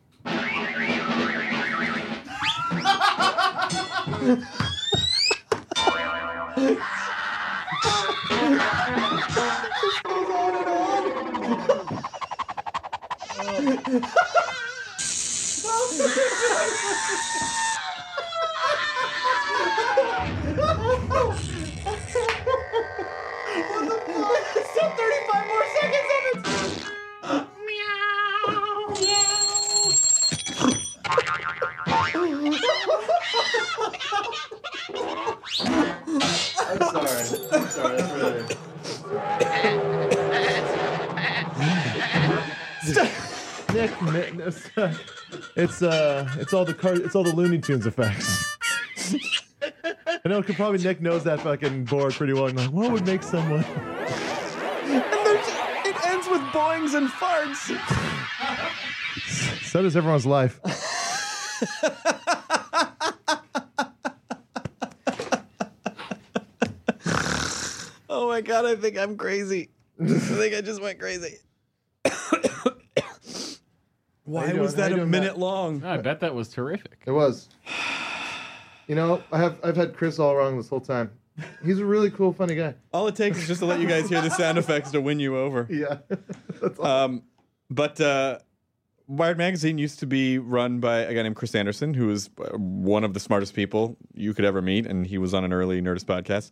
F: Still 35 more seconds of it.
H: Nick, Nick- it's uh, it's all the car, it's all the Looney Tunes effects. I know, could probably Nick knows that fucking board pretty well. I'm like, what would make someone?
F: And there's, it ends with boings and farts.
H: So does everyone's life.
F: Oh my god, I think I'm crazy. I think I just went crazy.
H: How
F: Why
H: you doing?
F: was
H: How
F: that
H: you
F: a
H: doing,
F: minute
H: Matt?
F: long?
I: I bet that was terrific.
H: It was. You know, I have I've had Chris all wrong this whole time. He's a really cool, funny guy.
F: All it takes is just to let you guys hear the sound effects to win you over.
H: Yeah.
F: Um, but uh, Wired Magazine used to be run by a guy named Chris Anderson, who is uh, one of the smartest people you could ever meet, and he was on an early Nerdist podcast.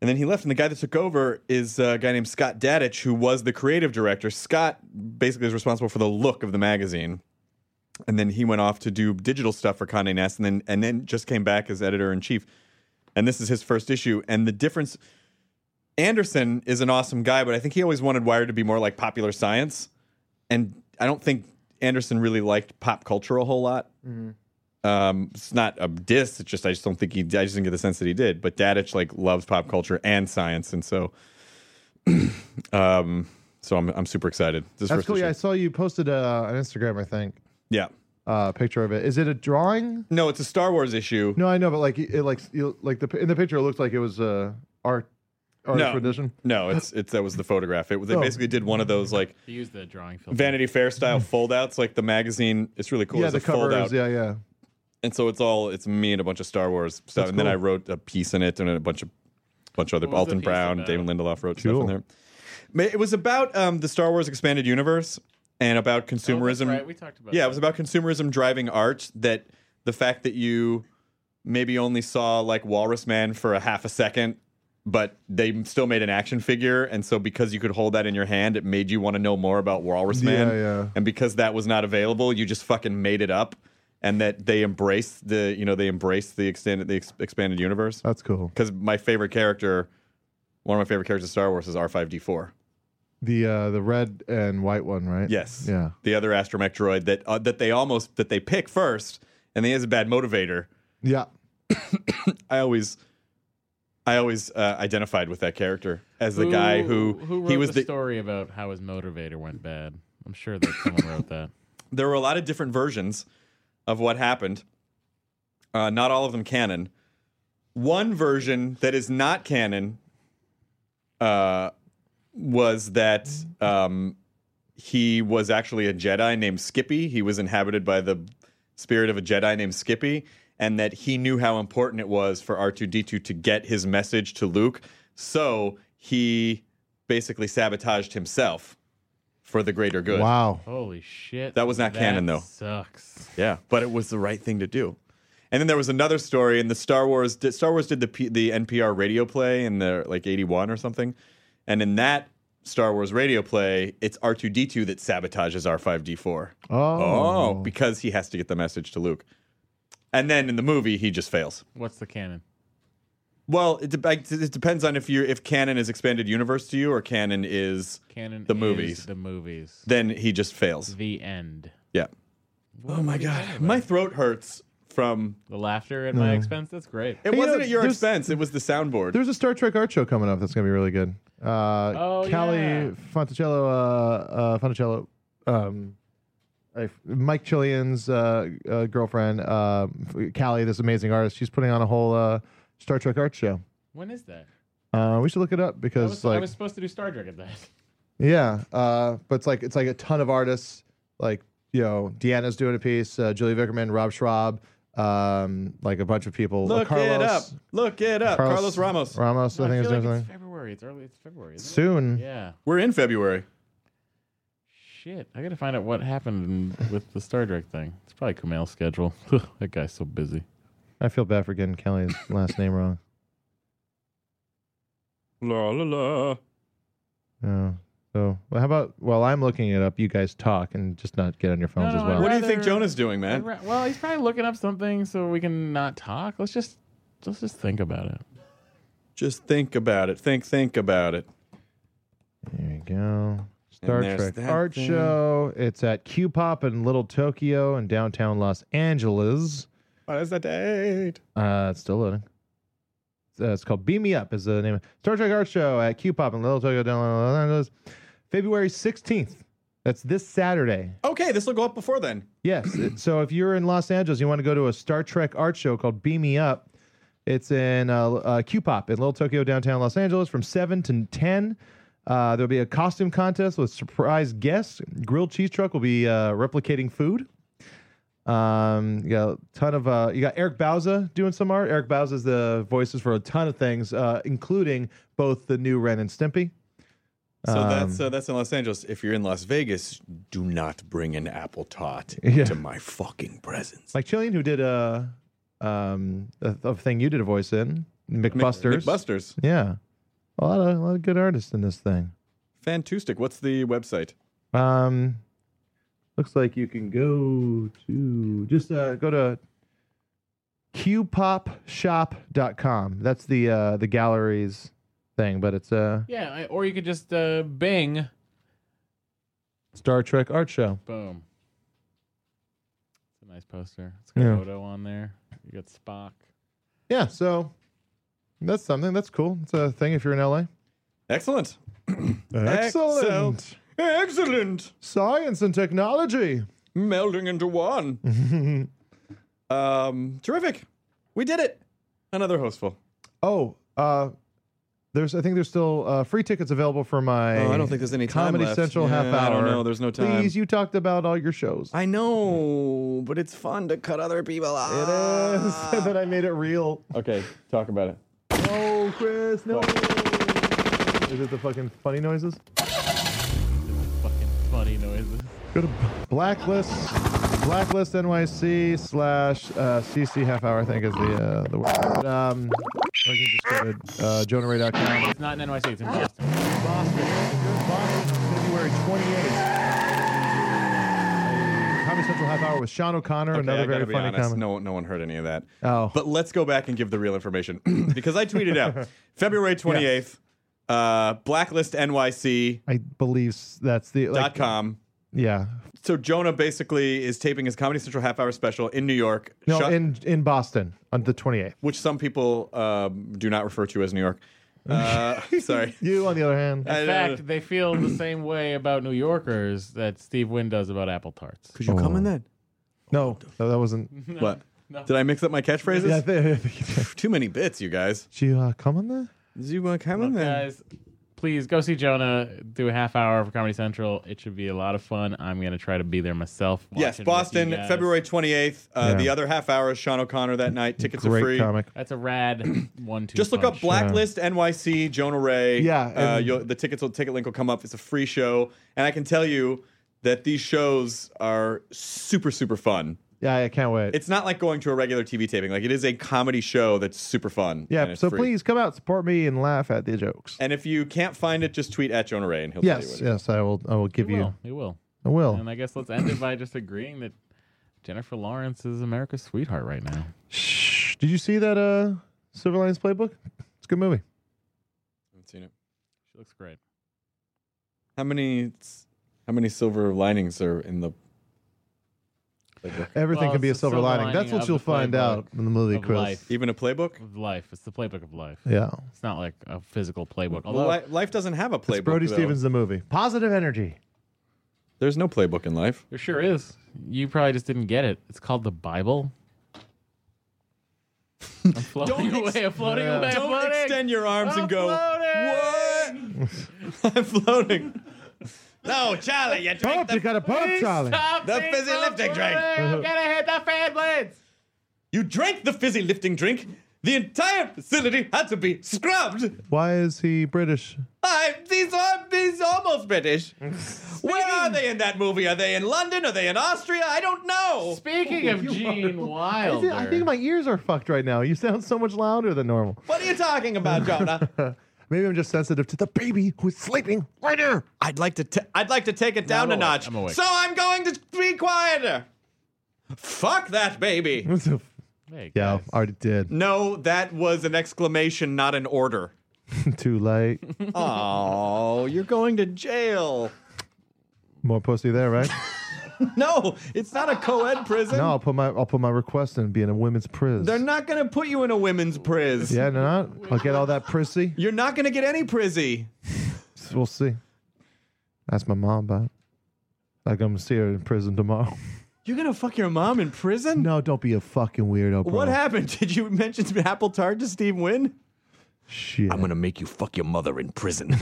F: And then he left, and the guy that took over is a guy named Scott Dadich, who was the creative director. Scott basically is responsible for the look of the magazine. And then he went off to do digital stuff for Condé Nast, and then and then just came back as editor in chief. And this is his first issue. And the difference Anderson is an awesome guy, but I think he always wanted Wired to be more like popular science. And I don't think Anderson really liked pop culture a whole lot.
H: Mm-hmm.
F: Um, it's not a diss. It's just I just don't think he. I just didn't get the sense that he did. But Dadich like loves pop culture and science, and so, um, so I'm I'm super excited. This
H: That's
F: first
H: cool. Yeah, I
F: issue.
H: saw you posted uh, on Instagram. I think
F: Yeah.
H: uh, a picture of it. Is it a drawing?
F: No, it's a Star Wars issue.
H: No, I know, but like it, like you, like the in the picture, it looks like it was uh, art art
F: No.
H: tradition.
F: No, it's it's that was the photograph. It, they
H: Oh.
F: basically did one of those like
I: They used the drawing filter.
F: Vanity Fair style foldouts, like the magazine. It's really cool.
H: yeah,
F: It's
H: the
F: a
H: cover
F: foldout.
H: is yeah, yeah.
F: and so it's all it's me and a bunch of Star Wars stuff,
H: That's
F: and then
H: cool.
F: I wrote a piece in it, and a bunch of bunch of other
I: What was the
F: Alton
I: piece
F: Brown,
I: about?
F: David Lindelof wrote stuff
H: Cool.
F: in there. Ma- It was about um, the Star Wars expanded universe and about
I: Oh, that's
F: consumerism.
I: right. We talked about
F: yeah,
I: that.
F: it was about consumerism driving art. That the fact that you maybe only saw like Walrus Man for a half a second, but they still made an action figure, and so because you could hold that in your hand, it made you want to know more about Walrus Man.
H: Yeah, yeah.
F: And because that was not available, you just fucking made it up, and that they embraced the you know they embraced the extended the ex- expanded universe.
H: That's cool.
F: Because my favorite character, one of my favorite characters in Star Wars is R five D four.
H: The uh, the red and white one, right?
F: Yes.
H: Yeah.
F: The other astromech droid that uh, that they almost that they pick first, and he has a bad motivator.
H: Yeah.
F: I always, I always uh, identified with that character as the guy who,
I: who wrote
F: he was
I: the, story about how his motivator went bad. I'm sure that someone wrote that.
F: there were a lot of different versions of what happened. Uh, not all of them canon. One version that is not canon uh, was that um, he was actually a Jedi named Skippy. He was inhabited by the spirit of a Jedi named Skippy, and that he knew how important it was for R2D2 to get his message to Luke. So he basically sabotaged himself for the greater good.
H: Wow.
I: Holy shit.
F: That was not canon, though.
I: Sucks.
F: Yeah, but it was the right thing to do. And then there was another story, and the Star Wars did, Star Wars did the P, the NPR radio play in the like eighty one or something, and in that Star Wars radio play, it's R two D two that sabotages R five D four.
H: Oh.
F: because he has to get the message to Luke, and then in the movie he just fails.
I: What's the canon?
F: Well, it, de- it depends on if you if canon is expanded universe to you or canon is
I: Canon.
F: The
I: is
F: movies.
I: The movies.
F: then he just fails.
I: The end.
F: Yeah. Oh my god, my throat hurts from.
I: The laughter at my expense. That's great.
F: It
H: Hey, you
F: wasn't
H: know,
F: at your
H: there's-
F: expense. It was the soundboard.
H: There's a Star Trek art show coming up that's gonna be really good. Uh,
I: Oh,
H: Callie
I: yeah.
H: Fonticello, uh, uh, Fonticello, um, I- Mike Chillian's uh, uh, girlfriend, uh, Callie, this amazing artist. She's putting on a whole uh, Star Trek art show.
I: When is that?
H: Uh, we should look it up
I: I
H: because
I: was, I
H: like
I: was supposed to do Star Trek at that.
H: Yeah, uh, but it's like it's like a ton of artists. Like you know, Deanna's doing a piece. Uh, Julie Vickerman, Rob Schraub, um, like a bunch of people. Uh,
F: Look
H: Carlos,
F: it up. Look it up. Carlos, Ramos.
H: Ramos, I
I: No,
H: think is
I: feel
H: doing
I: like it's
H: something
I: February. It's early. It's February. Isn't
H: soon.
I: It? Yeah.
F: We're in February.
I: Shit. I gotta find out what happened in- with the Star Trek thing. It's probably Kumail's schedule. that guy's so busy.
H: I feel bad for getting Kelly's last name wrong.
F: La la la.
H: Yeah. Oh, So, well, how about while I'm looking it up, you guys talk and just not get on your phones
I: No,
H: as
I: no, I
H: well.
F: What do
I: read-
F: you think
I: Rather-
F: Jonah's doing, man?
I: Ra- Well, he's probably looking up something so we can not talk. Let's just let's just think about it.
F: Just think about it. Think, think about it.
H: There you go. Star
F: And there's
H: Trek
F: that
H: Art
F: thing.
H: Show. It's at Q Pop in Little Tokyo and downtown Los Angeles.
F: What is the date?
H: Uh, it's still loading. It's, uh, it's called Beam Me Up is the name. of Star Trek Art Show at Q Pop in Little Tokyo, down in Los Angeles, February 16th. That's this Saturday.
F: Okay, this will go up before then.
H: Yes. it- so if you're in Los Angeles, you want to go to a Star Trek art show called Beam Me Up. It's in uh, uh, Q-Pop in Little Tokyo, downtown Los Angeles, from seven to ten. Uh, there'll be a costume contest with surprise guests. Grilled cheese truck will be uh, replicating food. Um, you got a ton of uh, you got Eric Bauza doing some art. Eric Bauza's the voices for a ton of things, uh, including both the new Ren and Stimpy.
F: So
H: Um,
F: that's uh, that's in Los Angeles. If you're in Las Vegas, do not bring an apple tot
H: Yeah.
F: to my fucking presence.
H: Like Chillian, who did a um a, a thing you did a voice in McBusters.
F: Busters.
H: Yeah, a lot of a lot of good artists in this thing.
F: Fantastic. What's the website?
H: Um, looks like you can go to just uh, go to qpopshop.com. That's the uh, the galleries thing, but it's a
I: Yeah, I- or you could just uh, Bing.
H: Star Trek art show.
I: Boom. It's a nice poster. It's got
H: Yeah.
I: Odo on there. You got Spock.
H: Yeah, so that's something that's cool. It's a thing if you're in LA.
F: Excellent.
H: Excellent.
F: Excellent.
H: Science and technology.
F: Melding into one. um, terrific. We did it. Another hostful.
H: Oh, uh, there's. I think there's still uh, free tickets available for my.
F: Oh, I don't think there's any time
H: Comedy
F: left.
H: Central
F: Yeah,
H: half hour.
F: I don't know. There's no time.
H: Please, you talked about all your shows.
F: I know, but it's fun to cut other people off.
H: It is that I made it real.
F: Okay, talk about it.
H: No, Chris, no. Is it the fucking funny noises?
I: Fucking funny noises.
H: Go to blacklist, blacklist NYC slash uh, CC half hour. I think is the uh, the word. But, um, or you can just go to uh, JonahRay.com.
I: It's not in NYC. It's in
F: Ah.
I: Boston.
H: Boston. Boston, February 28th. A Comedy Central half hour with Sean O'Connor, another
F: I gotta
H: very
F: be
H: funny
F: honest,
H: comic.
F: No, no one heard any of that.
H: Oh.
F: But let's go back and give the real information because I tweeted out February 28th, uh, blacklist NYC.
H: I believe s- that's the like,
F: dot com.
H: Yeah,
F: So Jonah basically is taping his Comedy Central half hour special in New York,
H: no,
F: shut-
H: in in Boston on the 28th.
F: which some people um, do not refer to as New York. Uh, sorry.
H: You, on the other hand,
F: I- uh,
I: In fact, they feel the same way about New Yorkers that Steve Wynn does about apple tarts.
F: Could you Oh, come in then?
H: no, no, that wasn't.
F: What? Did I mix up my catchphrases?
H: Yeah, I thi- I think you did.
F: Too many bits, you guys.
H: Did you uh, come on that?
F: Is you wanna come in there?
I: Guys, please go see Jonah. Do a half hour for Comedy Central. It should be a lot of fun. I'm gonna try to be there myself.
F: Yes,
I: watching with
F: Boston,
I: you guys.
F: February 28th. Uh,
H: Yeah.
F: The other half hour is Sean O'Connor that night. Tickets
H: Great
F: are free.
H: comic.
I: That's a rad one two.
F: Just look up Blacklist NYC Jonah Ray.
H: Yeah,
F: uh,
H: and-
F: you'll, the tickets will ticket link will come up. It's a free show, and I can tell you that these shows are super super fun.
H: Yeah, I can't wait.
F: It's not like going to a regular TV taping. Like it is a comedy show that's super fun. and
H: yeah,
F: it's
H: so
F: free.
H: please come out, support me, and laugh at the jokes.
F: And if you can't find it, just tweet at Jonah Ray, and he'll tell you.
H: yes,
F: what it is.
H: yes, I will. I will give
I: He
H: you.
I: will. He will.
H: I will.
I: And I guess let's end it by just agreeing that Jennifer Lawrence is America's sweetheart right now.
H: Shh. Did you see that uh, Silver Linings Playbook? It's a good movie.
F: I haven't seen it.
I: She looks great.
F: How many? How many silver linings are in the? Playbook?
H: Everything
I: Well,
H: can be a
I: it's the
H: silver,
I: silver
H: lining.
I: lining
H: That's what
I: of
H: you'll
I: the
H: find
I: playbook
H: out in the movie,
I: of
H: Chris.
I: life.
F: Even a playbook?
I: Of life. It's the playbook of life.
H: Yeah.
I: It's not like a physical playbook.
F: Well,
I: Although
F: li- life doesn't have a playbook.
H: It's Brody
F: though.
H: Stevens the movie. Positive energy.
F: There's no playbook in life.
I: there sure is. You probably just didn't get it. It's called the Bible. I'm floating
F: Don't ex-
I: away. I'm floating
H: Yeah.
I: away. I'm
F: Don't
I: floating.
F: extend your arms
I: I'm
F: and go.
I: floating!
F: What? I'm floating. No, Charlie, you drink
H: Pump, you got a pump, Charlie.
I: Stop
F: The
I: me
F: fizzy
I: from
F: lifting drink.
I: floating! I'm gonna hit the fan blades.
F: you drank the fizzy lifting drink. The entire facility had to be scrubbed.
H: Why is he British?
F: I, these are these are almost British. Where are they in that movie? Are they in London? Are they in Austria? I don't know.
I: Speaking of Gene
H: I
I: Wilder,
H: thi- I think my ears are fucked right now. You sound so much louder than normal.
F: What are you talking about, Jonah?
H: Maybe I'm just sensitive to the baby who's sleeping right here.
F: I'd like to. T- I'd like to take it down
I: I'm
F: a
I: awake.
F: notch.
I: I'm awake.
F: So I'm going to be quieter. Fuck that baby.
H: What's the f-
I: Hey,
H: yeah,
I: guys.
H: already did.
F: No, that was an exclamation, not an order.
H: Too late.
F: Oh, you're going to jail.
H: More pussy there, right?
F: no, it's not a co-ed prison.
H: no, I'll put my I'll put my request in and be in a women's priz.
F: They're not going to put you in a women's priz.
H: yeah, no, not. I'll get all that prissy.
F: You're not going to get any prizzy.
H: We'll see. Ask my mom about. it. Like I'm gonna see her in prison tomorrow.
F: You're going to fuck your mom in prison?
H: no, don't be a fucking weirdo, bro.
F: What happened? Did you mention apple tart to Steve Wynn?
H: Shit.
K: I'm gonna make you fuck your mother in prison.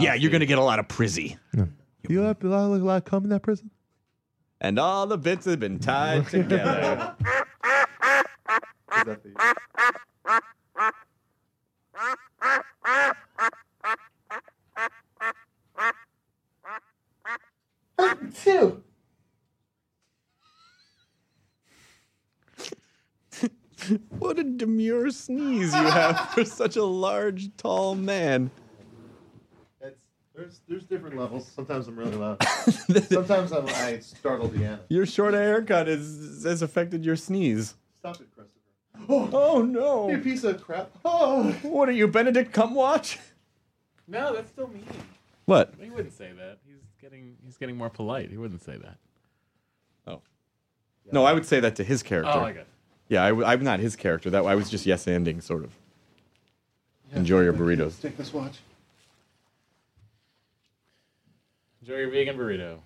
K: yeah, you're gonna get a lot of prizzy.
H: you have a lot of lot come in that prison.
F: And all the bits have been tied together.
C: Phew.
F: what a demure sneeze you have for such a large, tall man.
H: There's there's different levels. Sometimes I'm really loud. Sometimes I'm, I startle Deanna.
F: Your short haircut is, has affected your sneeze.
H: Stop it, Christopher.
F: Oh no!
H: piece of crap. Oh.
F: What are you, Benedict Cumwatch?
I: No, that's still mean.
F: What?
I: He wouldn't say that. He's getting he's getting more polite. He wouldn't say that.
F: Oh. No, I would say that to his character.
I: Oh, got.
F: Yeah, I w- I'm not his character. That I was just yes anding sort of. Enjoy your burritos.
H: Take this watch.
I: Enjoy your vegan burrito.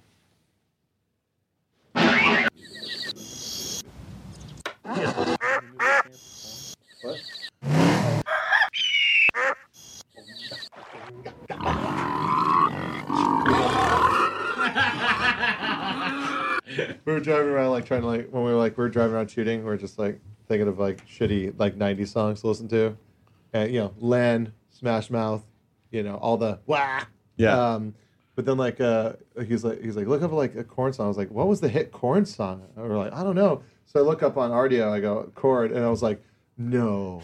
H: We were driving around like trying to like when we were like we were driving around shooting, we were just like thinking of like shitty like '90s songs to listen to, and you know Len, Smash Mouth, you know all the wah.
F: Yeah.
H: Um, but then like uh, he's like he's like look up like a corn song. I was like, what was the hit corn song? And we're like, I don't know. So I look up on RDO, I go chord, and I was like, no.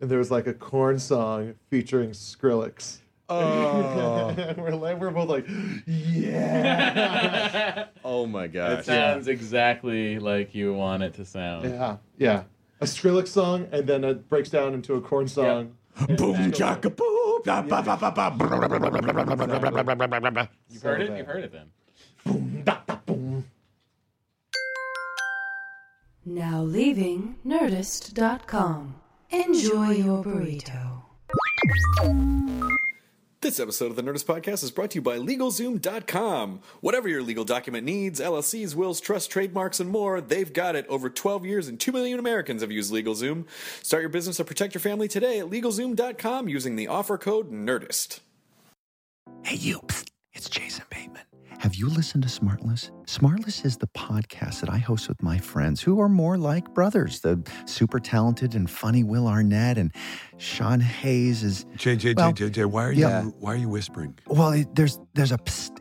H: And there was like a corn song featuring Skrillex.
F: Oh,
H: and we're like, we're both like, yeah,
F: oh my
I: It
F: gosh.
I: sounds exactly like you want it to sound.
H: yeah, yeah. A Skrillex song, and then it breaks down into a corn song.
K: Boom, chaka, boom, da, ba, ba, ba, ba, brr, brr, brr, brr, brr, brr, brr, brr, brr, brr, brr, brr, brr.
I: You've heard it.
H: bad.
I: You've heard it then.
G: Now leaving Nerdist.com. Enjoy your burrito.
L: This episode of the Nerdist Podcast is brought to you by LegalZoom.com. Whatever your legal document needs, LLCs, wills, trusts, trademarks, and more, they've got it. Over 12 years and 2 million Americans have used LegalZoom. Start your business or protect your family today at LegalZoom.com using the offer code NERDIST.
C: Hey, you. Psst. It's Jason Bateman. Have you listened to Smartless? Smartless is the podcast that I host with my friends who are more like brothers. The super talented and funny Will Arnett and Sean Hayes is
M: JJ,
C: Well,
M: JJ, why are
C: yeah.
M: you why are you whispering?
C: well. It, there's there's a psst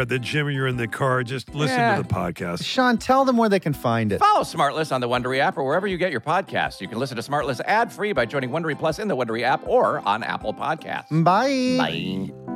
M: at the gym or you're in the car, just listen
D: Yeah.
M: to the podcast.
C: Sean, tell them where they can find it.
D: Follow Smartless on the Wondery app or wherever you get your podcasts. You can listen to Smartless ad free by joining Wondery Plus in the Wondery app or on Apple Podcasts.
C: Bye.
D: Bye.